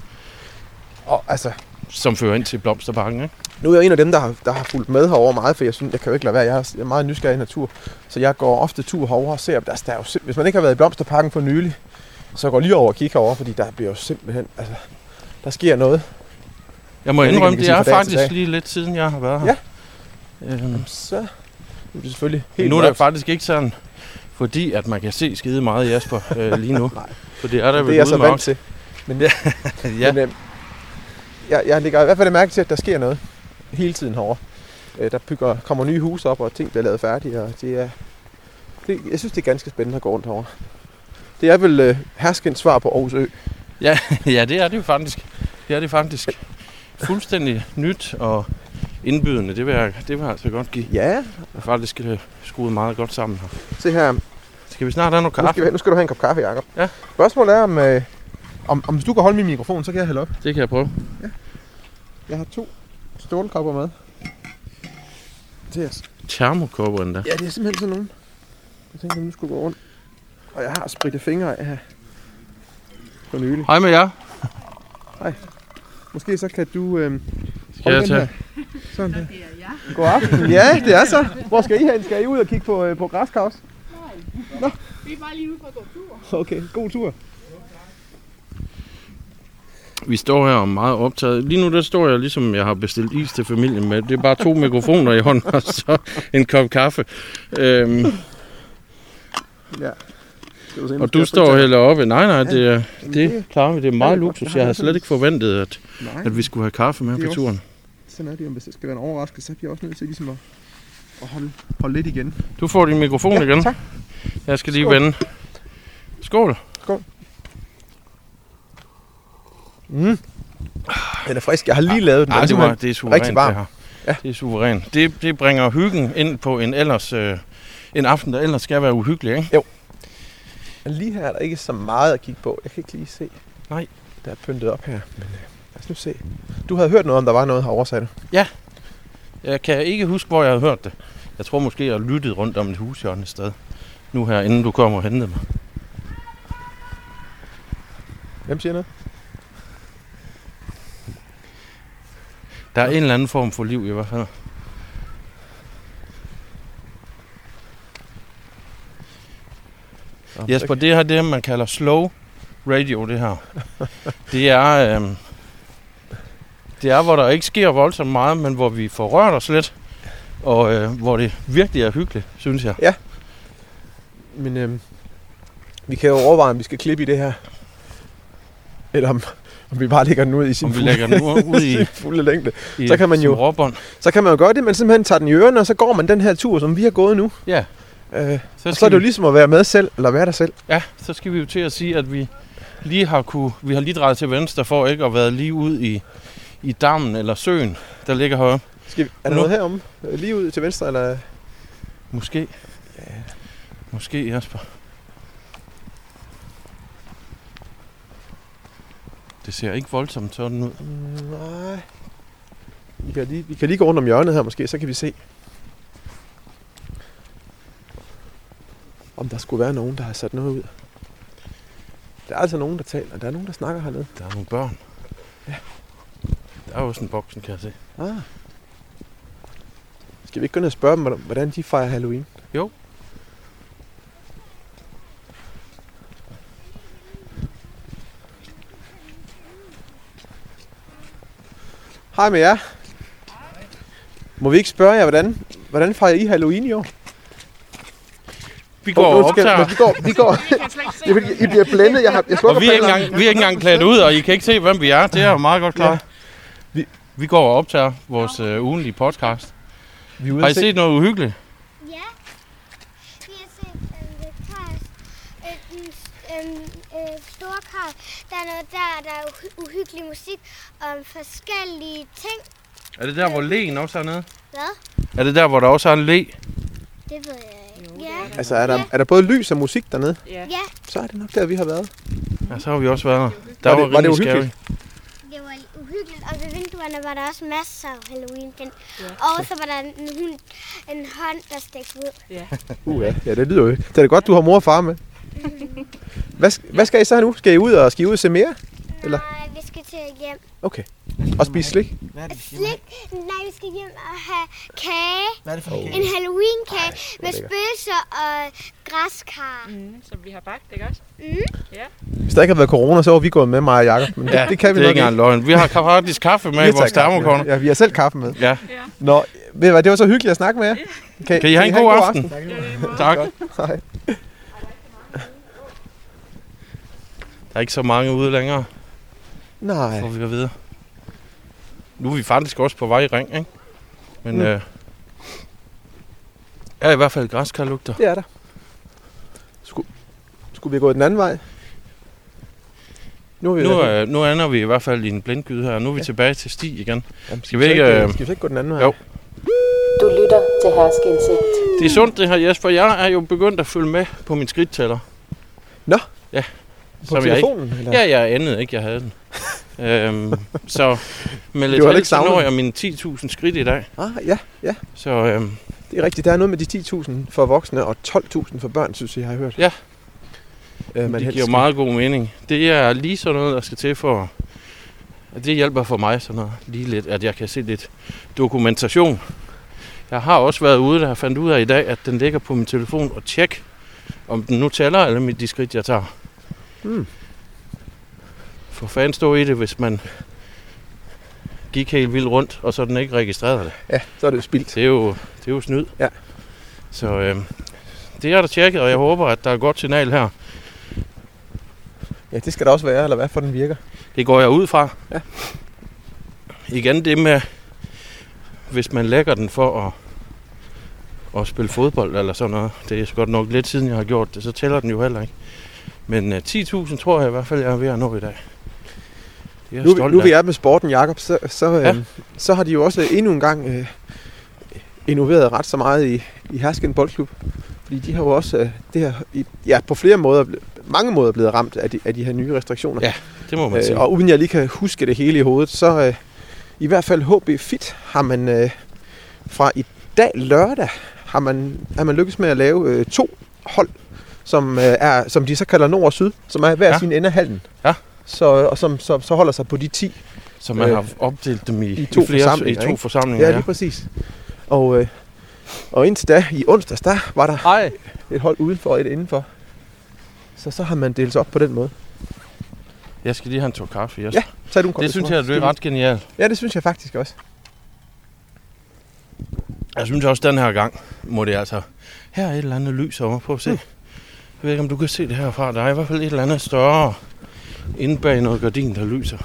[SPEAKER 3] Og altså,
[SPEAKER 2] som fører ind til Blomsterparken. Ikke?
[SPEAKER 3] nu er jeg en af dem, der har, der har fulgt med herover meget, for jeg synes, jeg kan jo ikke lade være. Jeg er jeg er meget nysgerrig i natur, så jeg går ofte tur herover og ser, der, der er jo simp- hvis man ikke har været i Blomsterparken for nylig, så går lige over og kigger herover, fordi der bliver jo simpelthen, altså, der sker noget.
[SPEAKER 2] Jeg må
[SPEAKER 3] Ja, det kan
[SPEAKER 2] indrømme,
[SPEAKER 3] vi
[SPEAKER 2] det
[SPEAKER 3] sige
[SPEAKER 2] er
[SPEAKER 3] fra dag til dag.
[SPEAKER 2] faktisk lige lidt siden, jeg har været her. Ja. Øhm,
[SPEAKER 3] Så nu er det selvfølgelig
[SPEAKER 2] Helt
[SPEAKER 3] helt
[SPEAKER 2] nu er det
[SPEAKER 3] mørkt.
[SPEAKER 2] faktisk ikke sådan, fordi at man kan se skide meget Jasper øh, lige nu.
[SPEAKER 3] [LAUGHS] Nej.
[SPEAKER 2] For det er der
[SPEAKER 3] det
[SPEAKER 2] vel
[SPEAKER 3] er jeg så
[SPEAKER 2] ude med
[SPEAKER 3] vant
[SPEAKER 2] os.
[SPEAKER 3] til. Men,
[SPEAKER 2] Ja,
[SPEAKER 3] men øh, jeg, jeg lægger i hvert fald mærke til, at der sker noget hele tiden herovre. Øh, der bygger, kommer nye huse op, og ting bliver lavet færdige, og det er... Det, jeg synes, det er ganske spændende at gå rundt herovre. Det er vel øh, herskens svar på Aarhus Ø.
[SPEAKER 2] [LAUGHS] ja, det er det jo faktisk. Det er det faktisk fuldstændig nyt og indbydende. Det vil jeg, det vil jeg altså godt give.
[SPEAKER 3] Ja,
[SPEAKER 2] Jeg har faktisk øh, skruet meget godt sammen her.
[SPEAKER 3] se her.
[SPEAKER 2] Skal vi snart have noget
[SPEAKER 3] Nu skal, vi,
[SPEAKER 2] kaffe?
[SPEAKER 3] nu skal du have en kop kaffe, Jacob.
[SPEAKER 2] Ja.
[SPEAKER 3] Spørgsmålet er, om, øh, om, om hvis du kan holde min mikrofon, så kan jeg hælde op.
[SPEAKER 2] Det kan jeg prøve.
[SPEAKER 3] Jeg har to stålkopper med. Det er,
[SPEAKER 2] Termokopper endda.
[SPEAKER 3] ja, det er simpelthen sådan nogle. Jeg tænkte, at nu skulle gå rundt. Og jeg har spritte fingre af her. For nylig.
[SPEAKER 2] Hej med jer.
[SPEAKER 3] Måske så kan du... Øh,
[SPEAKER 2] Skal jeg
[SPEAKER 3] den
[SPEAKER 2] tage?
[SPEAKER 3] Sådan der. God aften. Ja, det er så. Hvor skal I hen? Skal I ud og kigge på, øh, på græskavs?
[SPEAKER 5] Vi er bare lige ude for at gå tur.
[SPEAKER 3] Okay, god tur.
[SPEAKER 2] Vi står her og er meget optaget. Lige nu der står jeg ligesom jeg har bestilt is til familien med. Det er bare to mikrofoner i hånden [LAUGHS] og så en kop kaffe. Øhm,
[SPEAKER 3] Skal se, om
[SPEAKER 2] Og du
[SPEAKER 3] skal jeg
[SPEAKER 2] står
[SPEAKER 3] fritage-
[SPEAKER 2] heller oppe. Nej, nej, det, er, det
[SPEAKER 3] det-
[SPEAKER 2] klarer vi. Det er meget
[SPEAKER 3] det er
[SPEAKER 2] luksus.
[SPEAKER 3] godt. Der
[SPEAKER 2] Jeg
[SPEAKER 3] har
[SPEAKER 2] havde
[SPEAKER 3] jeg
[SPEAKER 2] slet
[SPEAKER 3] sådan-
[SPEAKER 2] ikke forventet, at,
[SPEAKER 3] Nej.
[SPEAKER 2] at vi skulle have kaffe med
[SPEAKER 3] Det er
[SPEAKER 2] på
[SPEAKER 3] også-
[SPEAKER 2] turen.
[SPEAKER 3] sådan er det jo, hvis det skal være en overraskelse, så bliver jeg også nødt til ligesom at, at holde, holde lidt igen.
[SPEAKER 2] Du får din mikrofon
[SPEAKER 3] Ja,
[SPEAKER 2] igen.
[SPEAKER 3] tak.
[SPEAKER 2] Jeg skal lige
[SPEAKER 3] Skål.
[SPEAKER 2] vende. Skål.
[SPEAKER 3] Mm. Den er frisk. Jeg har lige lavet den.
[SPEAKER 2] Ej,
[SPEAKER 3] den
[SPEAKER 2] det,
[SPEAKER 3] er
[SPEAKER 2] var,
[SPEAKER 3] simpelthen
[SPEAKER 2] det er suverænt,
[SPEAKER 3] rigtig varm.
[SPEAKER 2] det her. Det er suverænt. Det, det bringer hyggen ind på en ellers... Øh, en aften, der ellers skal være uhyggelig, ikke?
[SPEAKER 3] Men lige her er der ikke så meget at kigge på. Jeg kan ikke lige se.
[SPEAKER 2] Nej.
[SPEAKER 3] Der er pyntet op her. Men øh, lad os nu se. Du havde hørt noget om, der var noget herovre, sagde du.
[SPEAKER 2] Jeg kan ikke huske, hvor jeg havde hørt det. Jeg tror måske, jeg har lyttet rundt om et hushjørne et sted. Nu her, inden du kommer og henter mig.
[SPEAKER 3] Hvem siger noget?
[SPEAKER 2] Der er en eller anden form for liv i hvert fald.
[SPEAKER 3] Nå,
[SPEAKER 2] Jesper, det her det er, man kalder slow radio, det her. Det er, øhm, det er, hvor der ikke sker voldsomt meget, men hvor vi får rørt os lidt. Og øh, hvor det virkelig er hyggeligt, synes jeg.
[SPEAKER 3] Men øhm, vi kan jo overveje, om vi skal klippe i det her. Eller om, om vi bare lægger den ud i sin
[SPEAKER 2] Om vi
[SPEAKER 3] fulde-
[SPEAKER 2] lægger den ud i,
[SPEAKER 3] [LAUGHS] sin fulde længde.
[SPEAKER 2] i
[SPEAKER 3] Så kan man
[SPEAKER 2] som
[SPEAKER 3] jo-
[SPEAKER 2] råbånd.
[SPEAKER 3] Så kan man jo gøre det, man simpelthen tager den i ørerne, og så går man den her tur, som vi har gået nu.
[SPEAKER 2] Ja.
[SPEAKER 3] Øh,
[SPEAKER 2] Så,
[SPEAKER 3] og så er det jo
[SPEAKER 2] vi-
[SPEAKER 3] ligesom at være med selv, eller være der selv.
[SPEAKER 2] Ja, så skal vi jo til at sige, at vi lige har kunne, vi har lige drejet til venstre for ikke at være lige ud i, i dammen eller søen, der ligger heroppe.
[SPEAKER 3] Skal vi, er der
[SPEAKER 2] Nu.
[SPEAKER 3] noget heromme? Øh, Lige ud til venstre, eller?
[SPEAKER 2] Måske. Ja. Måske, Jasper. Det ser ikke voldsomt sådan ud.
[SPEAKER 3] Mm, Nej. Vi kan, lige, vi kan lige gå rundt om hjørnet her måske, så kan vi se. Om der skulle være nogen, der har sat noget ud. Der er altså nogen, der taler. Der er nogen, der snakker hernede.
[SPEAKER 2] Der er nogle børn. Ja. Der er også en boksen, kan jeg se.
[SPEAKER 3] Ah. Skal vi ikke gå ned og spørge dem, hvordan- hvordan de fejrer Halloween?
[SPEAKER 2] Jo.
[SPEAKER 3] Hej med jer. Må vi ikke spørge jer, hvordan, hvordan fejrer I Halloween i år?
[SPEAKER 2] Vi går og
[SPEAKER 3] Nu skal-
[SPEAKER 2] optager,
[SPEAKER 3] men vi går, vi går. [LAUGHS]
[SPEAKER 5] Jeg kan slet ikke se
[SPEAKER 3] I, bliver- I bliver blændet. Jeg, har, jeg slukker
[SPEAKER 2] og vi er, ikke
[SPEAKER 3] brillerne.
[SPEAKER 2] engang, vi er ikke engang klædt ud, og I kan ikke se, hvem vi er. Det er jo meget godt klart.
[SPEAKER 3] Ja.
[SPEAKER 2] Vi,
[SPEAKER 3] Vi-
[SPEAKER 2] vi går og optager vores øh, ugenlige podcast.
[SPEAKER 3] Vi er ude
[SPEAKER 2] Har I
[SPEAKER 3] at se-
[SPEAKER 2] set noget uhyggeligt?
[SPEAKER 6] [LAUGHS] Ja. Vi har set en vegetarisk, øh, en, en, øh, storkarl. Der er noget der, der er uhy- uhyggelig musik om forskellige ting.
[SPEAKER 2] Er det der, hvor leen også er nede?
[SPEAKER 6] Hvad?
[SPEAKER 2] Er det der, hvor der også er en le?
[SPEAKER 6] Det ved jeg ikke. ja.
[SPEAKER 3] Altså, er der, er der både lys og musik dernede?
[SPEAKER 5] Ja.
[SPEAKER 6] Ja.
[SPEAKER 3] Så er det nok der, vi har været.
[SPEAKER 2] Ja, så har vi også været der. Der
[SPEAKER 3] Var det- var
[SPEAKER 2] rimelig
[SPEAKER 3] det uhyggeligt?
[SPEAKER 2] scary.
[SPEAKER 6] Det var uhyggeligt, og ved vinduerne var der også masser af halloween -pind. Ja. Og så var der en, hund, en hånd, der stak ud.
[SPEAKER 3] Uh, ja. ja, det lyder jo ikke. Det er da godt, du har mor og far med. Hvad, sk- hvad skal I så nu? Skal I ud og skal I ud og se mere? Eller-
[SPEAKER 6] Nej, vi skal til hjem.
[SPEAKER 3] Okay. Og spise slik?
[SPEAKER 8] Hvad er det, vi skal
[SPEAKER 6] Slik? Nej, vi skal hjem og have kage.
[SPEAKER 8] Hvad er det for en
[SPEAKER 6] En halloween-kage med
[SPEAKER 3] lækkert.
[SPEAKER 6] spøgelser og græskar.
[SPEAKER 5] Mm, som vi har bagt, ikke også?
[SPEAKER 3] Hvis der ikke har været corona, så var vi gået med mig og Jacob. Men
[SPEAKER 2] Ja,
[SPEAKER 3] det, det kan vi
[SPEAKER 2] det er
[SPEAKER 3] nok
[SPEAKER 2] ikke engang løgn. Vi har faktisk kaffe med
[SPEAKER 3] Vi
[SPEAKER 2] i vores
[SPEAKER 3] tager kaffe med.
[SPEAKER 2] termokorn.
[SPEAKER 3] Ja, vi har selv kaffe med.
[SPEAKER 2] Ja.
[SPEAKER 5] Ja.
[SPEAKER 3] Nå, ved du hvad, det var så hyggeligt at snakke med jer. Kan,
[SPEAKER 2] Kan I have en god aften? Tak.
[SPEAKER 3] Hej.
[SPEAKER 2] Der er ikke så mange ude længere,
[SPEAKER 3] Nej,
[SPEAKER 2] får vi at vide. Nu er vi faktisk også på vej i ring, ikke? Men
[SPEAKER 3] Mm.
[SPEAKER 2] mm. øh, ja, i hvert fald græskarlugter.
[SPEAKER 3] det er der. Skulle, skulle vi gå den anden vej? Nu er vi
[SPEAKER 2] Nu,
[SPEAKER 3] jo-
[SPEAKER 2] øh, nu ender vi i hvert fald i en blindgyde her. Nu er vi
[SPEAKER 3] Ja.
[SPEAKER 2] tilbage til sti igen.
[SPEAKER 3] Jamen,
[SPEAKER 2] skal vi ikke, øh,
[SPEAKER 3] Skal vi så ikke gå den anden vej?
[SPEAKER 2] Jo.
[SPEAKER 4] Du lytter til Herskindsigt.
[SPEAKER 2] Det er sundt det her, Jesper. Jeg er jo begyndt at følge med på min skridttæller.
[SPEAKER 3] Nå.
[SPEAKER 2] Ja.
[SPEAKER 3] På
[SPEAKER 2] jeg ikke,
[SPEAKER 3] telefonen? Eller?
[SPEAKER 2] ja, jeg anede ikke, jeg havde
[SPEAKER 3] [LAUGHS]
[SPEAKER 2] den. øhm, så med lidt
[SPEAKER 3] heller
[SPEAKER 2] held,
[SPEAKER 3] ikke
[SPEAKER 2] så når
[SPEAKER 3] savnet.
[SPEAKER 2] jeg mine 10.000 skridt i dag.
[SPEAKER 3] Ah, ja.
[SPEAKER 2] Så øhm,
[SPEAKER 3] Det er rigtigt. Der er noget med de 10.000 for voksne og 12.000 for børn, synes jeg, jeg har hørt.
[SPEAKER 2] Ja.
[SPEAKER 3] Øh, man
[SPEAKER 2] det
[SPEAKER 3] helst
[SPEAKER 2] giver
[SPEAKER 3] skal-
[SPEAKER 2] meget god mening. Det er lige sådan noget, der skal til for... at Det hjælper for mig sådan noget, lige lidt, at jeg kan se lidt dokumentation. Jeg har også været ude, der jeg fandt ud af i dag, at den ligger på min telefon og tjek, om den nu tæller alle mit de skridt, jeg tager.
[SPEAKER 3] Mm.
[SPEAKER 2] For fanden stå i det, hvis man gik helt vildt rundt, og så den ikke registrerede det.
[SPEAKER 3] Ja, så er det jo spildt.
[SPEAKER 2] Det er jo, det er jo snyd.
[SPEAKER 3] Ja.
[SPEAKER 2] Så øh, det er der tjekket, og jeg håber, at der er et godt signal her.
[SPEAKER 3] Ja, det skal der også være, eller hvad, for den virker.
[SPEAKER 2] Det går jeg ud fra.
[SPEAKER 3] Ja.
[SPEAKER 2] Igen det med, hvis man lægger den for at, at spille fodbold eller sådan noget. Det er godt nok lidt siden, jeg har gjort det, så tæller den jo heller ikke. Men øh, 10.000 tror jeg i hvert fald, jeg er ved at nå i dag. Det er jeg
[SPEAKER 3] Nu,
[SPEAKER 2] stolt
[SPEAKER 3] nu
[SPEAKER 2] af.
[SPEAKER 3] vi er med sporten, Jakob, så, så, øh,
[SPEAKER 2] Ja.
[SPEAKER 3] så har de jo også endnu en gang øh, innoveret ret så meget i, i Hersken Boldklub. Fordi de har jo også øh, det her, i, ja, på flere måder, ble- mange måder blevet ramt af de, af de her nye restriktioner.
[SPEAKER 2] Ja, Det må man sige.
[SPEAKER 3] Øh, og uden jeg lige kan huske det hele i hovedet, så øh, i hvert fald HB Fit har man øh, fra i dag lørdag, har man, har man lykkes med at lave øh, to hold, som, øh, er, som de så kalder Nord og Syd, som er hver
[SPEAKER 2] Ja.
[SPEAKER 3] ja. sin ende af halden.
[SPEAKER 2] Ja.
[SPEAKER 3] Så, og som, som så holder sig på de 10.
[SPEAKER 2] Så man
[SPEAKER 3] øh,
[SPEAKER 2] har opdelt dem i,
[SPEAKER 3] i to
[SPEAKER 2] flere,
[SPEAKER 3] forsamlinger,
[SPEAKER 2] i to
[SPEAKER 3] ikke?
[SPEAKER 2] forsamlinger
[SPEAKER 3] Ja,
[SPEAKER 2] ja.
[SPEAKER 3] lige præcis. Og, øh, og indtil da, i onsdags, der var der
[SPEAKER 2] Ej,
[SPEAKER 3] et hold udenfor og et indenfor. Så så har man delt sig op på den måde.
[SPEAKER 2] jeg skal lige have en tur kaffe, yes.
[SPEAKER 3] Ja, Så er du en kop
[SPEAKER 2] det
[SPEAKER 3] med
[SPEAKER 2] synes
[SPEAKER 3] smør.
[SPEAKER 2] jeg, det er ret genialt.
[SPEAKER 3] Ja, det synes jeg faktisk også.
[SPEAKER 2] Jeg synes også, den her gang må det altså... Her er et eller andet lys over. Prøv at se. Jeg ved ikke, om du kan se det herfra. Der er i hvert fald et eller andet større inde bag noget gardin, der lyser.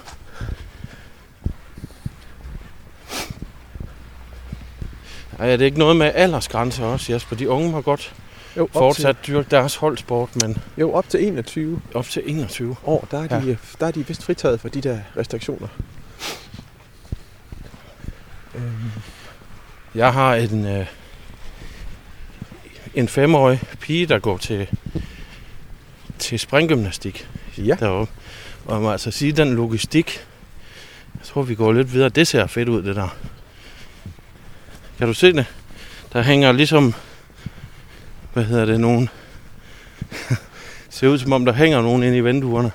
[SPEAKER 2] Ej, er det ikke noget med aldersgrænser også, Jesper? De unge må godt
[SPEAKER 3] Jo, op
[SPEAKER 2] fortsat dyrke deres holdsport, men
[SPEAKER 3] Til, jo, op til 21
[SPEAKER 2] op til 21.
[SPEAKER 3] år, der er,
[SPEAKER 2] Ja.
[SPEAKER 3] de, øh, der er de vist fritaget for de der restriktioner.
[SPEAKER 2] Jeg har en, øh, en femårig pige, der går til, til springgymnastik
[SPEAKER 3] Ja,
[SPEAKER 2] deroppe. Og jeg må altså sige, den logistik, jeg tror, vi går lidt videre. Det ser fedt ud, det der. Kan du se det? Der hænger ligesom, hvad hedder det, nogen... [LAUGHS] ser ud som om, der hænger nogen inde i vinduerne.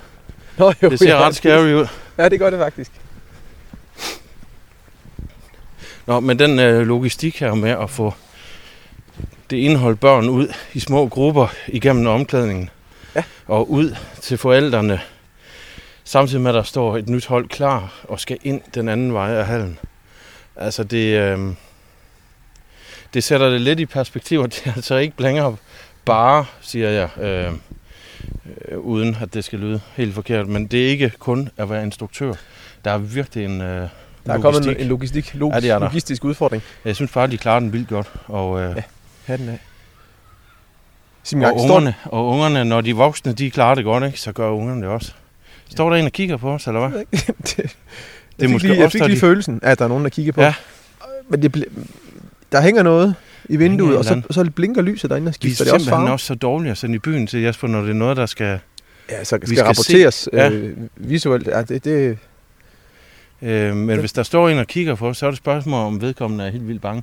[SPEAKER 3] Nå, jo,
[SPEAKER 2] Det ser
[SPEAKER 3] ja,
[SPEAKER 2] ret scary ud.
[SPEAKER 3] Ja, det gør det faktisk.
[SPEAKER 2] Nå, men den øh, logistik her med at få det indhold børn ud i små grupper igennem omklædningen
[SPEAKER 3] Ja.
[SPEAKER 2] og ud til forældrene, samtidig med at der står et nyt hold klar og skal ind den anden vej af hallen. Altså det, øh, det sætter det lidt i perspektiv, og det er altså ikke længere bare, siger jeg, øh, øh, uden at det skal lyde helt forkert, men det er ikke kun at være instruktør. Der er virkelig en øh, Der
[SPEAKER 3] Der er kommet en, en logistik, log,
[SPEAKER 2] Ja, det er der.
[SPEAKER 3] logistisk udfordring.
[SPEAKER 2] jeg synes bare, de klarer den vildt godt. Og, øh, ja,
[SPEAKER 3] Hatten af. Simon,
[SPEAKER 2] og,
[SPEAKER 3] Gang, står,
[SPEAKER 2] ungerne, og ungerne, når de voksne, de klarer det godt, ikke, så gør ungerne det også. Står der en og kigger på os, eller hvad?
[SPEAKER 3] [LAUGHS] det,
[SPEAKER 2] Det
[SPEAKER 3] jeg
[SPEAKER 2] er
[SPEAKER 3] fik
[SPEAKER 2] måske
[SPEAKER 3] lige, jeg
[SPEAKER 2] også,
[SPEAKER 3] fik
[SPEAKER 2] der
[SPEAKER 3] lige
[SPEAKER 2] de-
[SPEAKER 3] følelsen, at der er nogen, der kigger på.
[SPEAKER 2] Ja.
[SPEAKER 3] Men det, bl- der hænger noget i vinduet,
[SPEAKER 2] et
[SPEAKER 3] og så,
[SPEAKER 2] eller
[SPEAKER 3] så blinker lyset derinde og
[SPEAKER 2] Vi er
[SPEAKER 3] skifter det også
[SPEAKER 2] simpelthen
[SPEAKER 3] farve.
[SPEAKER 2] også så dårlige at sende i byen til Jesper, når det er noget, der skal...
[SPEAKER 3] Ja, så skal,
[SPEAKER 2] skal
[SPEAKER 3] skal rapporteres
[SPEAKER 2] ja.
[SPEAKER 3] øh, visuelt. Ja, det, det,
[SPEAKER 2] Øh, men hvis der står en og kigger på os, så er det et spørgsmål, om vedkommende er helt vildt bange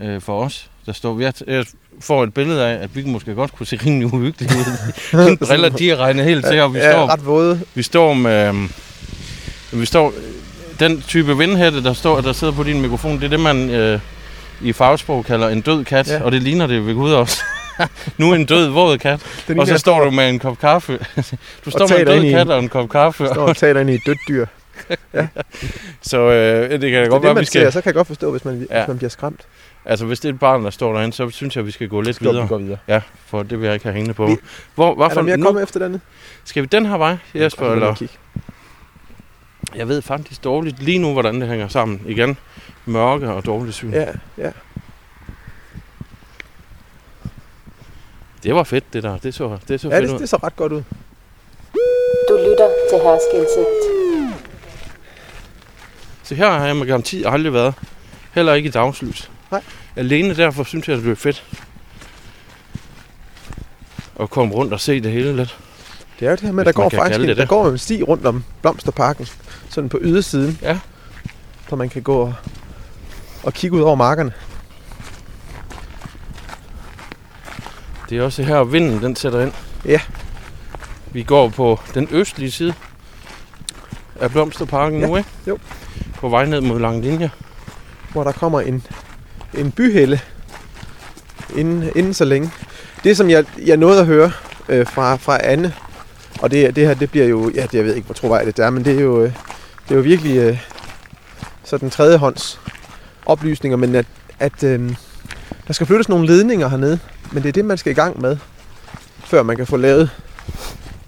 [SPEAKER 2] øh, for os. Der står, jeg, jeg får et billede af, at vi måske godt kunne se rimelig uhyggeligt
[SPEAKER 3] [LAUGHS]
[SPEAKER 2] ud. Dine briller, de er regnet helt til, og vi
[SPEAKER 3] er
[SPEAKER 2] står
[SPEAKER 3] ret våde.
[SPEAKER 2] Vi står med... Øh, vi står... Den type vindhætte, der, står, der sidder på din mikrofon, det er det, man øh, i fagsprog kalder en død kat.
[SPEAKER 3] Ja.
[SPEAKER 2] Ja. Og det ligner det ved Gud også. [LAUGHS] nu en død, våd kat.
[SPEAKER 3] Den
[SPEAKER 2] Og så
[SPEAKER 3] ene
[SPEAKER 2] står du med en kop kaffe. [LAUGHS] du står med en
[SPEAKER 3] taler ind i
[SPEAKER 2] død
[SPEAKER 3] en.
[SPEAKER 2] kat og en kop kaffe.
[SPEAKER 3] står og taler ind i et dødt dyr. Det
[SPEAKER 2] Så øh, det kan da
[SPEAKER 3] er
[SPEAKER 2] godt
[SPEAKER 3] det,
[SPEAKER 2] være,
[SPEAKER 3] man
[SPEAKER 2] vi
[SPEAKER 3] skal... ser,
[SPEAKER 2] skal...
[SPEAKER 3] så kan jeg godt forstå, hvis man, ja.
[SPEAKER 2] Ja.
[SPEAKER 3] hvis man bliver skræmt.
[SPEAKER 2] Altså, hvis det er et barn, der står derinde, så synes jeg, vi skal gå lidt
[SPEAKER 3] Skal
[SPEAKER 2] videre.
[SPEAKER 3] vi gå videre.
[SPEAKER 2] Ja, for det vil jeg ikke have hængende på.
[SPEAKER 3] Vi-
[SPEAKER 2] Hvor,
[SPEAKER 3] Er der
[SPEAKER 2] hvorfor
[SPEAKER 3] mere
[SPEAKER 2] nu?
[SPEAKER 3] kommet efter denne?
[SPEAKER 2] Skal vi den her vej, Jesper? Eller?
[SPEAKER 3] Kig.
[SPEAKER 2] Jeg ved faktisk dårligt lige nu, hvordan det hænger sammen. Igen, mørke og dårligt syn.
[SPEAKER 3] Ja, ja.
[SPEAKER 2] Det var fedt, det der. Det så, det så
[SPEAKER 3] ja
[SPEAKER 2] fedt
[SPEAKER 3] det,
[SPEAKER 2] ud.
[SPEAKER 3] det så ret godt ud.
[SPEAKER 4] Du lytter til Herskindsigt.
[SPEAKER 2] Så her har jeg med garanti aldrig været. Heller ikke i dagslys.
[SPEAKER 3] Nej.
[SPEAKER 2] Alene derfor synes jeg, det blev fedt. At komme rundt og se det hele lidt.
[SPEAKER 3] Det er jo det her med,
[SPEAKER 2] Hvis
[SPEAKER 3] der går
[SPEAKER 2] man kan
[SPEAKER 3] faktisk
[SPEAKER 2] kalde
[SPEAKER 3] en,
[SPEAKER 2] det
[SPEAKER 3] der
[SPEAKER 2] det.
[SPEAKER 3] går en sti rundt om Blomsterparken, sådan på ydersiden.
[SPEAKER 2] Ja.
[SPEAKER 3] Så man kan gå og, og kigge ud over markerne.
[SPEAKER 2] Det er også her, vinden den sætter ind.
[SPEAKER 3] Ja.
[SPEAKER 2] Vi går på den østlige side af Blomsterparken
[SPEAKER 3] Ja,
[SPEAKER 2] nu, ikke?
[SPEAKER 3] jo.
[SPEAKER 2] På vej ned mod Langlinje.
[SPEAKER 3] hvor der kommer en, en byhælde inden, inden så længe. Det, som jeg, jeg nåede at høre øh, fra, fra Anne, og det, det her, det bliver jo, ja, det, jeg ved ikke, hvor troværdigt det er, men det er jo, øh, det er jo virkelig øh, sådan tredjehånds oplysninger, men at, at øh, der skal flyttes nogle ledninger hernede, men det er det, man skal i gang med, før man kan få lavet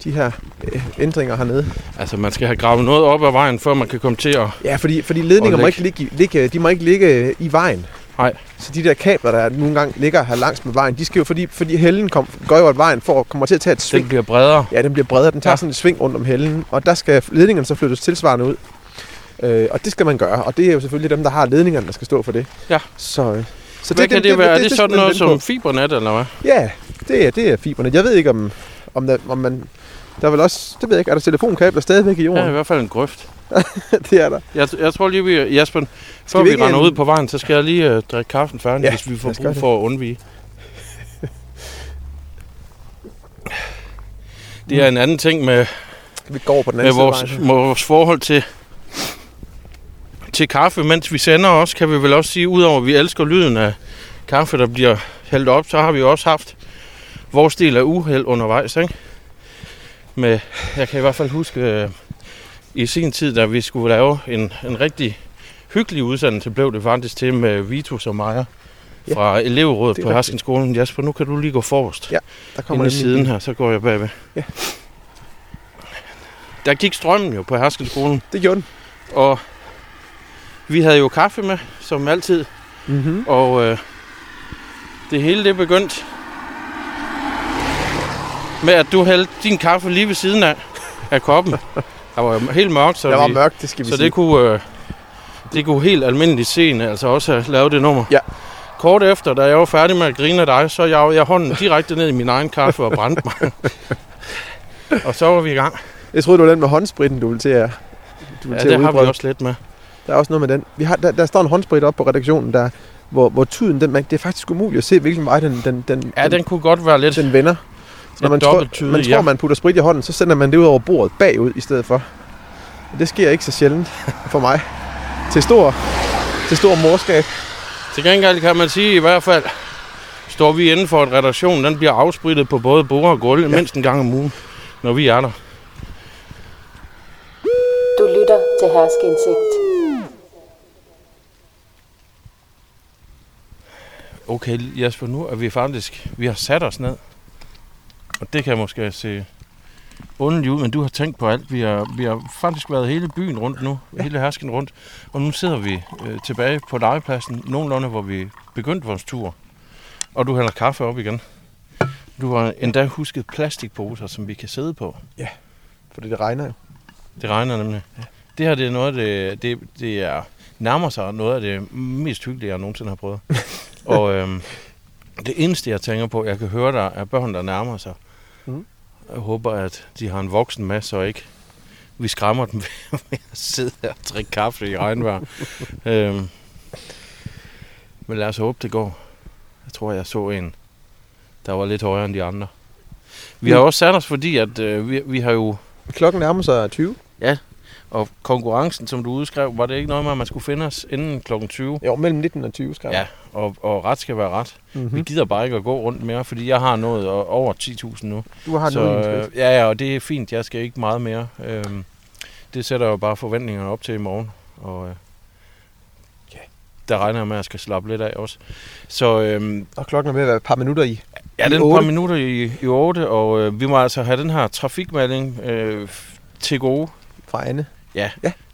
[SPEAKER 3] de her øh, ændringer hernede.
[SPEAKER 2] Altså, man skal have gravet noget op ad vejen, før man kan komme til at...
[SPEAKER 3] Ja, fordi, fordi ledninger
[SPEAKER 2] Og læg.
[SPEAKER 3] må ikke ligge, i- ligge, de må ikke ligge øh, i vejen.
[SPEAKER 2] Nej.
[SPEAKER 3] Så de der kabler, der nogle gange ligger her langs med vejen, de skal jo, fordi, fordi hælden kom, går jo, at vejen for, kommer til at tage et sving.
[SPEAKER 2] Den bliver bredere.
[SPEAKER 3] Ja, den bliver bredere. Den tager ja.
[SPEAKER 2] Ja.
[SPEAKER 3] sådan et sving rundt om hælden, og der skal ledningerne så flyttes tilsvarende ud. Øh, og det skal man gøre, og det er jo selvfølgelig dem, der har ledningerne, der skal stå for det.
[SPEAKER 2] Ja.
[SPEAKER 3] Så, øh, så
[SPEAKER 2] Så Hvad det, kan det, være? er det,
[SPEAKER 3] skal
[SPEAKER 2] sådan
[SPEAKER 3] man
[SPEAKER 2] noget
[SPEAKER 3] vende
[SPEAKER 2] som
[SPEAKER 3] på.
[SPEAKER 2] fibernet, eller hvad?
[SPEAKER 3] Ja, det er, det er fiberne. Jeg ved ikke, om, om, der, om man... Der er vel også... Det ved jeg ikke. Er der telefonkabler stadigvæk i
[SPEAKER 2] Der er i
[SPEAKER 3] jorden?
[SPEAKER 2] hvert fald en grøft.
[SPEAKER 3] Ja. [LAUGHS] det er der.
[SPEAKER 2] Jeg, jeg tror lige, vi... Jesper, før
[SPEAKER 3] vi
[SPEAKER 2] vi,
[SPEAKER 3] ikke
[SPEAKER 2] vi render
[SPEAKER 3] en-
[SPEAKER 2] ud på vejen, så skal jeg lige øh, drikke kaffen færdig,
[SPEAKER 3] Ja,
[SPEAKER 2] ja, hvis vi får
[SPEAKER 3] lad os gøre
[SPEAKER 2] brug
[SPEAKER 3] det.
[SPEAKER 2] for at
[SPEAKER 3] [LAUGHS]
[SPEAKER 2] undvige. Det er en anden ting med,
[SPEAKER 3] Vi går over på den
[SPEAKER 2] med
[SPEAKER 3] anden
[SPEAKER 2] vores,
[SPEAKER 3] side.
[SPEAKER 2] med vores forhold til, til kaffe, mens vi sender os, kan vi vel også sige, udover at vi elsker lyden af kaffe, der bliver hældt op, så har vi jo også haft vores del af uheld undervejs, ikke? Med, jeg kan i hvert fald huske, øh, i sin tid, da vi skulle lave en, en rigtig hyggelig udsendelse, blev det faktisk til med Vitus og Maja
[SPEAKER 3] Ja.
[SPEAKER 2] fra elevrådet
[SPEAKER 3] Det er
[SPEAKER 2] på
[SPEAKER 3] rigtigt.
[SPEAKER 2] Herskenskolen. Jasper, nu kan du lige gå forrest.
[SPEAKER 3] Ja, Der kommer
[SPEAKER 2] Inde i
[SPEAKER 3] nemlig en
[SPEAKER 2] siden
[SPEAKER 3] bil.
[SPEAKER 2] her, så går jeg bagved.
[SPEAKER 3] Ja.
[SPEAKER 2] Der gik strømmen jo på Herskenskolen,
[SPEAKER 3] Det gjorde den.
[SPEAKER 2] og vi havde jo kaffe med, som altid.
[SPEAKER 3] Mm-hmm.
[SPEAKER 2] Og øh, det hele det begyndte med, at du hældte din kaffe lige ved siden af, af
[SPEAKER 3] [LAUGHS]
[SPEAKER 2] koppen. Der var jo helt mørkt, så,
[SPEAKER 3] Der var
[SPEAKER 2] vi,
[SPEAKER 3] mørkt, det skal vi
[SPEAKER 2] så
[SPEAKER 3] sige.
[SPEAKER 2] det kunne, øh, det kunne helt almindeligt scene altså også have lavet det nummer.
[SPEAKER 3] Ja.
[SPEAKER 2] Kort efter, da jeg var færdig med at grine af dig, så jeg jeg hånden direkte ned i min egen kaffe og brændte
[SPEAKER 3] [LAUGHS]
[SPEAKER 2] mig. og så var vi i gang.
[SPEAKER 3] Jeg troede, det var den med håndspritten, du ville til at, du ville
[SPEAKER 2] Ja,
[SPEAKER 3] til
[SPEAKER 2] det
[SPEAKER 3] at
[SPEAKER 2] har vi
[SPEAKER 3] udbrede.
[SPEAKER 2] også lidt med.
[SPEAKER 3] Der er også noget med den. Vi har, der, der står en håndsprit op på redaktionen, der, hvor, hvor tuden, den, man, det er faktisk umuligt at se, hvilken vej den, den, den,
[SPEAKER 2] Ja, den kunne godt være lidt...
[SPEAKER 3] den vender. Så når
[SPEAKER 2] Lidt
[SPEAKER 3] man tror,
[SPEAKER 2] dobbelttydig,
[SPEAKER 3] man, tror
[SPEAKER 2] ja.
[SPEAKER 3] man putter sprit i hånden, så sender man det ud over bordet bagud i stedet for. Og Det sker ikke så sjældent for mig. Til stor, til stor morskab.
[SPEAKER 2] Til gengæld kan man sige i hvert fald, står vi inden for en redaktion, den bliver afsprittet på både bord og gulv ja. mindst en gang om ugen, når vi er der.
[SPEAKER 4] Du lytter til Herskindsigt.
[SPEAKER 2] Okay, Jasper, nu er vi faktisk, vi har sat os ned. Og det kan måske se underligt ud, men du har tænkt på alt. Vi har, vi har faktisk været hele byen rundt nu, ja. hele hersken rundt. Og nu sidder vi øh, tilbage på legepladsen, nogenlunde, hvor vi begyndte vores tur. Og du hælder kaffe op igen. Du har endda husket plastikposer, som vi kan sidde på.
[SPEAKER 3] Fordi det regner jo.
[SPEAKER 2] Det regner nemlig. Ja. Det her det er noget af det, det, det er, nærmer sig noget af det mest hyggelige, jeg nogensinde har [LAUGHS] prøvet. og øhm, det eneste, jeg tænker på, jeg kan høre, der er børn, der nærmer sig.
[SPEAKER 3] Mhm.
[SPEAKER 2] Mm. Jeg håber, at de har en voksen med, så ikke vi skræmmer dem [LAUGHS] ved at sidde her og drikke kaffe i [LAUGHS] regnvejr. øhm, men lad os håbe, det går. Jeg tror, jeg så en, der var lidt højere end de andre. Vi har
[SPEAKER 3] Men-
[SPEAKER 2] også sat os, fordi at, øh, vi, vi har jo
[SPEAKER 3] Klokken nærmer sig 20.
[SPEAKER 2] og konkurrencen, som du udskrev, var det ikke noget med, at man skulle finde os inden kl. 20?
[SPEAKER 3] Jo, mellem 19 og 20 skrev
[SPEAKER 2] Ja, og, og ret skal være ret. Mm. Vi
[SPEAKER 3] Mm-hmm.
[SPEAKER 2] gider bare ikke at gå rundt mere, fordi jeg har nået o- over 10.000 nu.
[SPEAKER 3] Du har
[SPEAKER 2] så,
[SPEAKER 3] så, nu en skridt.
[SPEAKER 2] øh, ja, ja, og det er fint. Jeg skal ikke meget mere. Øhm, det sætter jo bare forventningerne op til i morgen. Og øh,
[SPEAKER 3] Ja.
[SPEAKER 2] der regner jeg med, at jeg skal slappe lidt af også. Så øhm,
[SPEAKER 3] Og klokken er ved at være et par minutter i.
[SPEAKER 2] Ja,
[SPEAKER 3] I
[SPEAKER 2] den er et par
[SPEAKER 3] otte.
[SPEAKER 2] minutter i, i 8, og øh, vi må altså have den her trafikmelding øh, f- til gode
[SPEAKER 3] Fra Anne.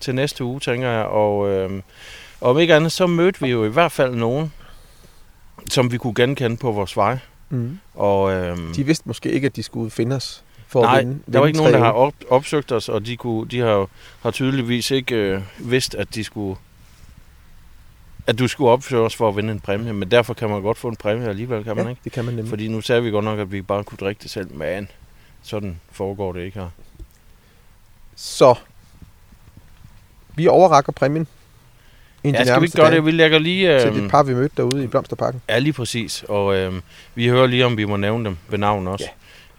[SPEAKER 2] til næste uge, tænker jeg. Og øh, om ikke andet, så mødte vi jo i hvert fald nogen, som vi kunne genkende på vores vej.
[SPEAKER 3] Mm.
[SPEAKER 2] Og, øh,
[SPEAKER 3] De vidste måske ikke, at de skulle finde os for
[SPEAKER 2] nej,
[SPEAKER 3] at vinde.
[SPEAKER 2] der var
[SPEAKER 3] vinde
[SPEAKER 2] ikke nogen,
[SPEAKER 3] tre
[SPEAKER 2] der har
[SPEAKER 3] euro.
[SPEAKER 2] op, opsøgt os, og de, kunne, de har, jo- har tydeligvis ikke øh, vidst, at de skulle at du skulle opsøge os for at vinde en præmie, men derfor kan man godt få en præmie alligevel, kan man
[SPEAKER 3] ja,
[SPEAKER 2] ikke?
[SPEAKER 3] det kan man nemlig.
[SPEAKER 2] Fordi nu sagde vi godt nok, at vi bare kunne drikke det selv, men sådan foregår det ikke her.
[SPEAKER 3] Så vi overrakker præmien. inden
[SPEAKER 2] Ja,
[SPEAKER 3] de
[SPEAKER 2] skal vi
[SPEAKER 3] nærmeste
[SPEAKER 2] ikke gøre
[SPEAKER 3] dage
[SPEAKER 2] det? Vi lægger lige...
[SPEAKER 3] Til
[SPEAKER 2] øhm,
[SPEAKER 3] det par, vi mødte derude i Blomsterparken.
[SPEAKER 2] Ja, lige præcis. Og øhm, vi hører lige, om vi må nævne dem ved navn også.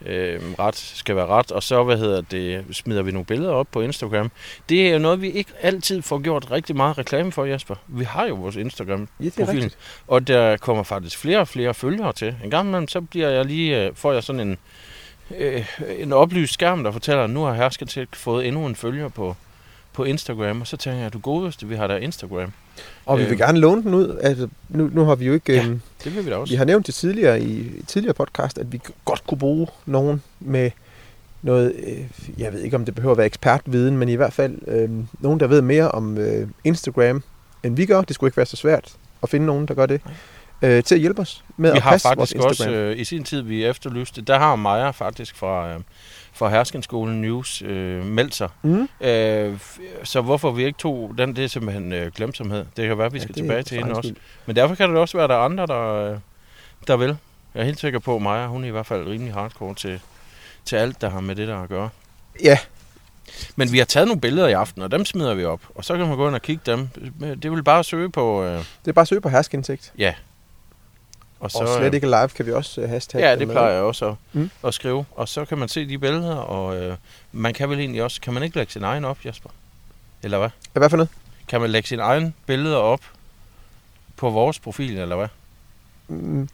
[SPEAKER 2] Øhm, ret skal være ret. Og så, hvad hedder det, smider vi nogle billeder op på Instagram. Det er jo noget, vi ikke altid får gjort rigtig meget reklame for, Jesper. Vi har jo vores Instagram,
[SPEAKER 3] Ja, det er
[SPEAKER 2] profilen.
[SPEAKER 3] rigtigt.
[SPEAKER 2] og der kommer faktisk flere og flere følgere til. En gang imellem, så bliver jeg lige, øh, får jeg sådan en, øh, en oplyst skærm, der fortæller, at nu har Hersketek fået endnu en følger på, på Instagram. Og så tænker jeg, du godeste, vi har da Instagram.
[SPEAKER 3] Og vi
[SPEAKER 2] Øh,
[SPEAKER 3] vil gerne låne den ud. Altså, nu, nu har vi jo ikke...
[SPEAKER 2] Ja.
[SPEAKER 3] øhm,
[SPEAKER 2] Det vil vi da også.
[SPEAKER 3] Vi har nævnt det tidligere i, i tidligere podcast, at vi godt kunne bruge nogen med noget, øh, jeg ved ikke om det behøver at være ekspertviden, men i hvert fald øh, nogen, der ved mere om øh, Instagram, end vi gør. Det skulle ikke være så svært at finde nogen, der gør det, øh, til at hjælpe os med
[SPEAKER 2] Vi
[SPEAKER 3] at
[SPEAKER 2] har
[SPEAKER 3] passe vores
[SPEAKER 2] faktisk
[SPEAKER 3] Instagram.
[SPEAKER 2] også øh, i sin tid, vi efterlyste, der har Maja faktisk fra, øh, fra Herskenskolen News øh, meldt sig.
[SPEAKER 3] mm?
[SPEAKER 2] Øh, f- så hvorfor vi ikke tog den, det er simpelthen øh, glemsomhed. Det kan være, vi
[SPEAKER 3] Ja,
[SPEAKER 2] skal
[SPEAKER 3] det er
[SPEAKER 2] tilbage
[SPEAKER 3] for
[SPEAKER 2] til hende
[SPEAKER 3] egen
[SPEAKER 2] også.
[SPEAKER 3] skyld.
[SPEAKER 2] Men derfor kan det også være, at der er andre, der, øh, der vil. Jeg er helt sikker på, at Maja, hun er i hvert fald rimelig hardcore til, til alt, der har med det der at gøre.
[SPEAKER 3] Ja,
[SPEAKER 2] Men vi har taget nogle billeder i aften, og dem smider vi op. Og så kan man gå ind og kigge dem. Det vil bare søge på... Øh,
[SPEAKER 3] det er bare at søge på herskindsigt.
[SPEAKER 2] og så,
[SPEAKER 3] Og slet
[SPEAKER 2] øh,
[SPEAKER 3] ikke live kan vi også øh, hashtagge
[SPEAKER 2] Ja,
[SPEAKER 3] dem
[SPEAKER 2] det
[SPEAKER 3] med.
[SPEAKER 2] plejer jeg også at, mm.
[SPEAKER 3] Mm.
[SPEAKER 2] at skrive. Og så kan man se de billeder, og øh, man kan vel egentlig også... Kan man ikke lægge sin egen op, Jesper? Eller hvad?
[SPEAKER 3] Ja, Hvad for noget?
[SPEAKER 2] Kan man lægge sin egen billeder op på vores profil, eller hvad?
[SPEAKER 3] Mm.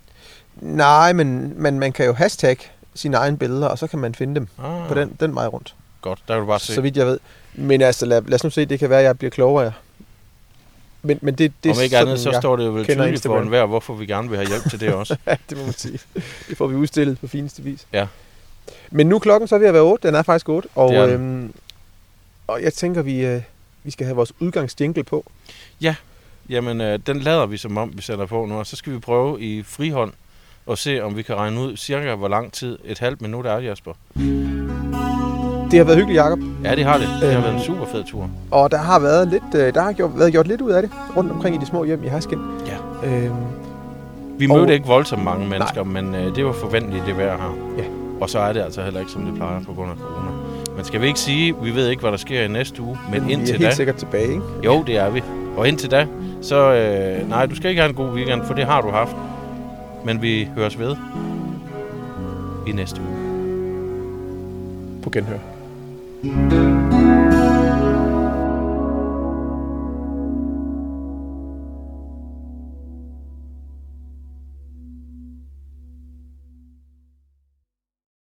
[SPEAKER 3] Nej, men, men man kan jo hashtag sine egne billeder, og så kan man finde dem
[SPEAKER 2] Ah,
[SPEAKER 3] på den, den vej rundt.
[SPEAKER 2] Godt, der kan du bare se.
[SPEAKER 3] så vidt jeg ved. Men altså, lad, lad os nu se, det kan være, at jeg bliver klogere Men, men det, det
[SPEAKER 2] Det Om ikke
[SPEAKER 3] sådan,
[SPEAKER 2] andet, så
[SPEAKER 3] jeg-
[SPEAKER 2] står det jo vel
[SPEAKER 3] kender
[SPEAKER 2] tydeligt
[SPEAKER 3] Instagram.
[SPEAKER 2] for enhver, hvorfor vi gerne vil have hjælp til det også.
[SPEAKER 3] [LAUGHS] Ja, det må man sige. Det får vi udstillet på fineste vis.
[SPEAKER 2] Ja.
[SPEAKER 3] Men nu er klokken så ved at være 8. Den er faktisk 8. Og,
[SPEAKER 2] Det er
[SPEAKER 3] øhm, og jeg tænker, vi, øh, vi skal have vores udgangsjingle på.
[SPEAKER 2] Jamen, øh, den lader vi som om, vi sætter på nu, og så skal vi prøve i frihånd og se, om vi kan regne ud cirka, hvor lang tid et halvt minut er, Jasper.
[SPEAKER 3] Det har været hyggeligt, Jacob.
[SPEAKER 2] Ja, det har det. Det har
[SPEAKER 3] Øhm.
[SPEAKER 2] været en super fed tur.
[SPEAKER 3] Og der har været lidt, øh, der har gjort, været gjort lidt ud af det rundt omkring i de små hjem i Haskind.
[SPEAKER 2] Ja.
[SPEAKER 3] Øhm,
[SPEAKER 2] Vi
[SPEAKER 3] Og-
[SPEAKER 2] mødte ikke voldsomt mange mennesker, men øh, det var forventeligt, det vejr her.
[SPEAKER 3] Ja.
[SPEAKER 2] Og så er det altså heller ikke, som det plejer på grund af corona. Men skal vi ikke sige, vi ved ikke, hvad der sker i næste uge, men,
[SPEAKER 3] men
[SPEAKER 2] men
[SPEAKER 3] vi er
[SPEAKER 2] indtil
[SPEAKER 3] helt
[SPEAKER 2] da,
[SPEAKER 3] sikkert tilbage, ikke?
[SPEAKER 2] Jo, det er vi. Og indtil da, så... Øh, nej, du skal ikke have en god weekend, for det har du haft. Men vi høres ved i næste uge.
[SPEAKER 3] På genhør.